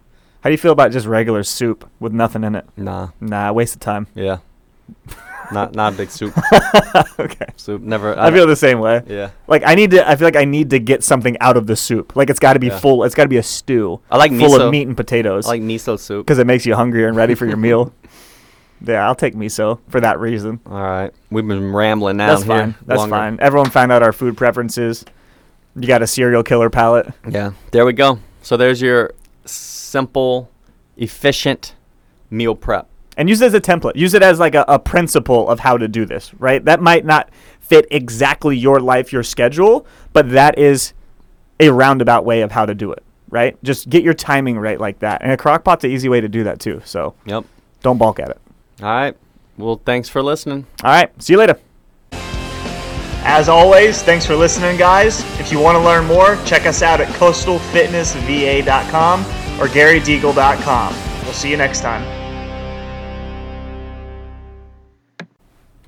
Speaker 2: How do you feel about just regular soup with nothing in it?
Speaker 1: Nah,
Speaker 2: Nah, waste of time.
Speaker 1: yeah, not not a big soup.
Speaker 2: okay.
Speaker 1: soup never.
Speaker 2: I
Speaker 1: don't-
Speaker 2: feel the same way.
Speaker 1: yeah.
Speaker 2: Like I need to I feel like I need to get something out of the soup. Like it's got to be
Speaker 1: Yeah.
Speaker 2: full. It's got to be a stew.
Speaker 1: I like
Speaker 2: full
Speaker 1: miso.
Speaker 2: of meat and potatoes
Speaker 1: I like miso soup.
Speaker 2: cuz it makes you hungrier and ready for your meal. Yeah, I'll take miso for that reason.
Speaker 1: All right, we've been rambling now.
Speaker 2: That's
Speaker 1: here
Speaker 2: fine. That's
Speaker 1: longer.
Speaker 2: fine. Everyone found out our food preferences. You got a serial killer palate.
Speaker 1: Yeah, there we go. So there's your simple, efficient meal prep.
Speaker 2: and use it as a template. Use it as like a, a principle of how to do this, right? That might not fit exactly your life, your schedule, but that is a roundabout way of how to do it, right? Just get your timing right like that. And a crock pot's an easy way to do that too. So
Speaker 1: Yep.
Speaker 2: don't balk at it.
Speaker 1: All right. Well, thanks for listening.
Speaker 2: All right. See you later. As always, thanks for listening, guys. If you want to learn more, check us out at coastalfitnessva.com or garydeagle.com. We'll see you next time.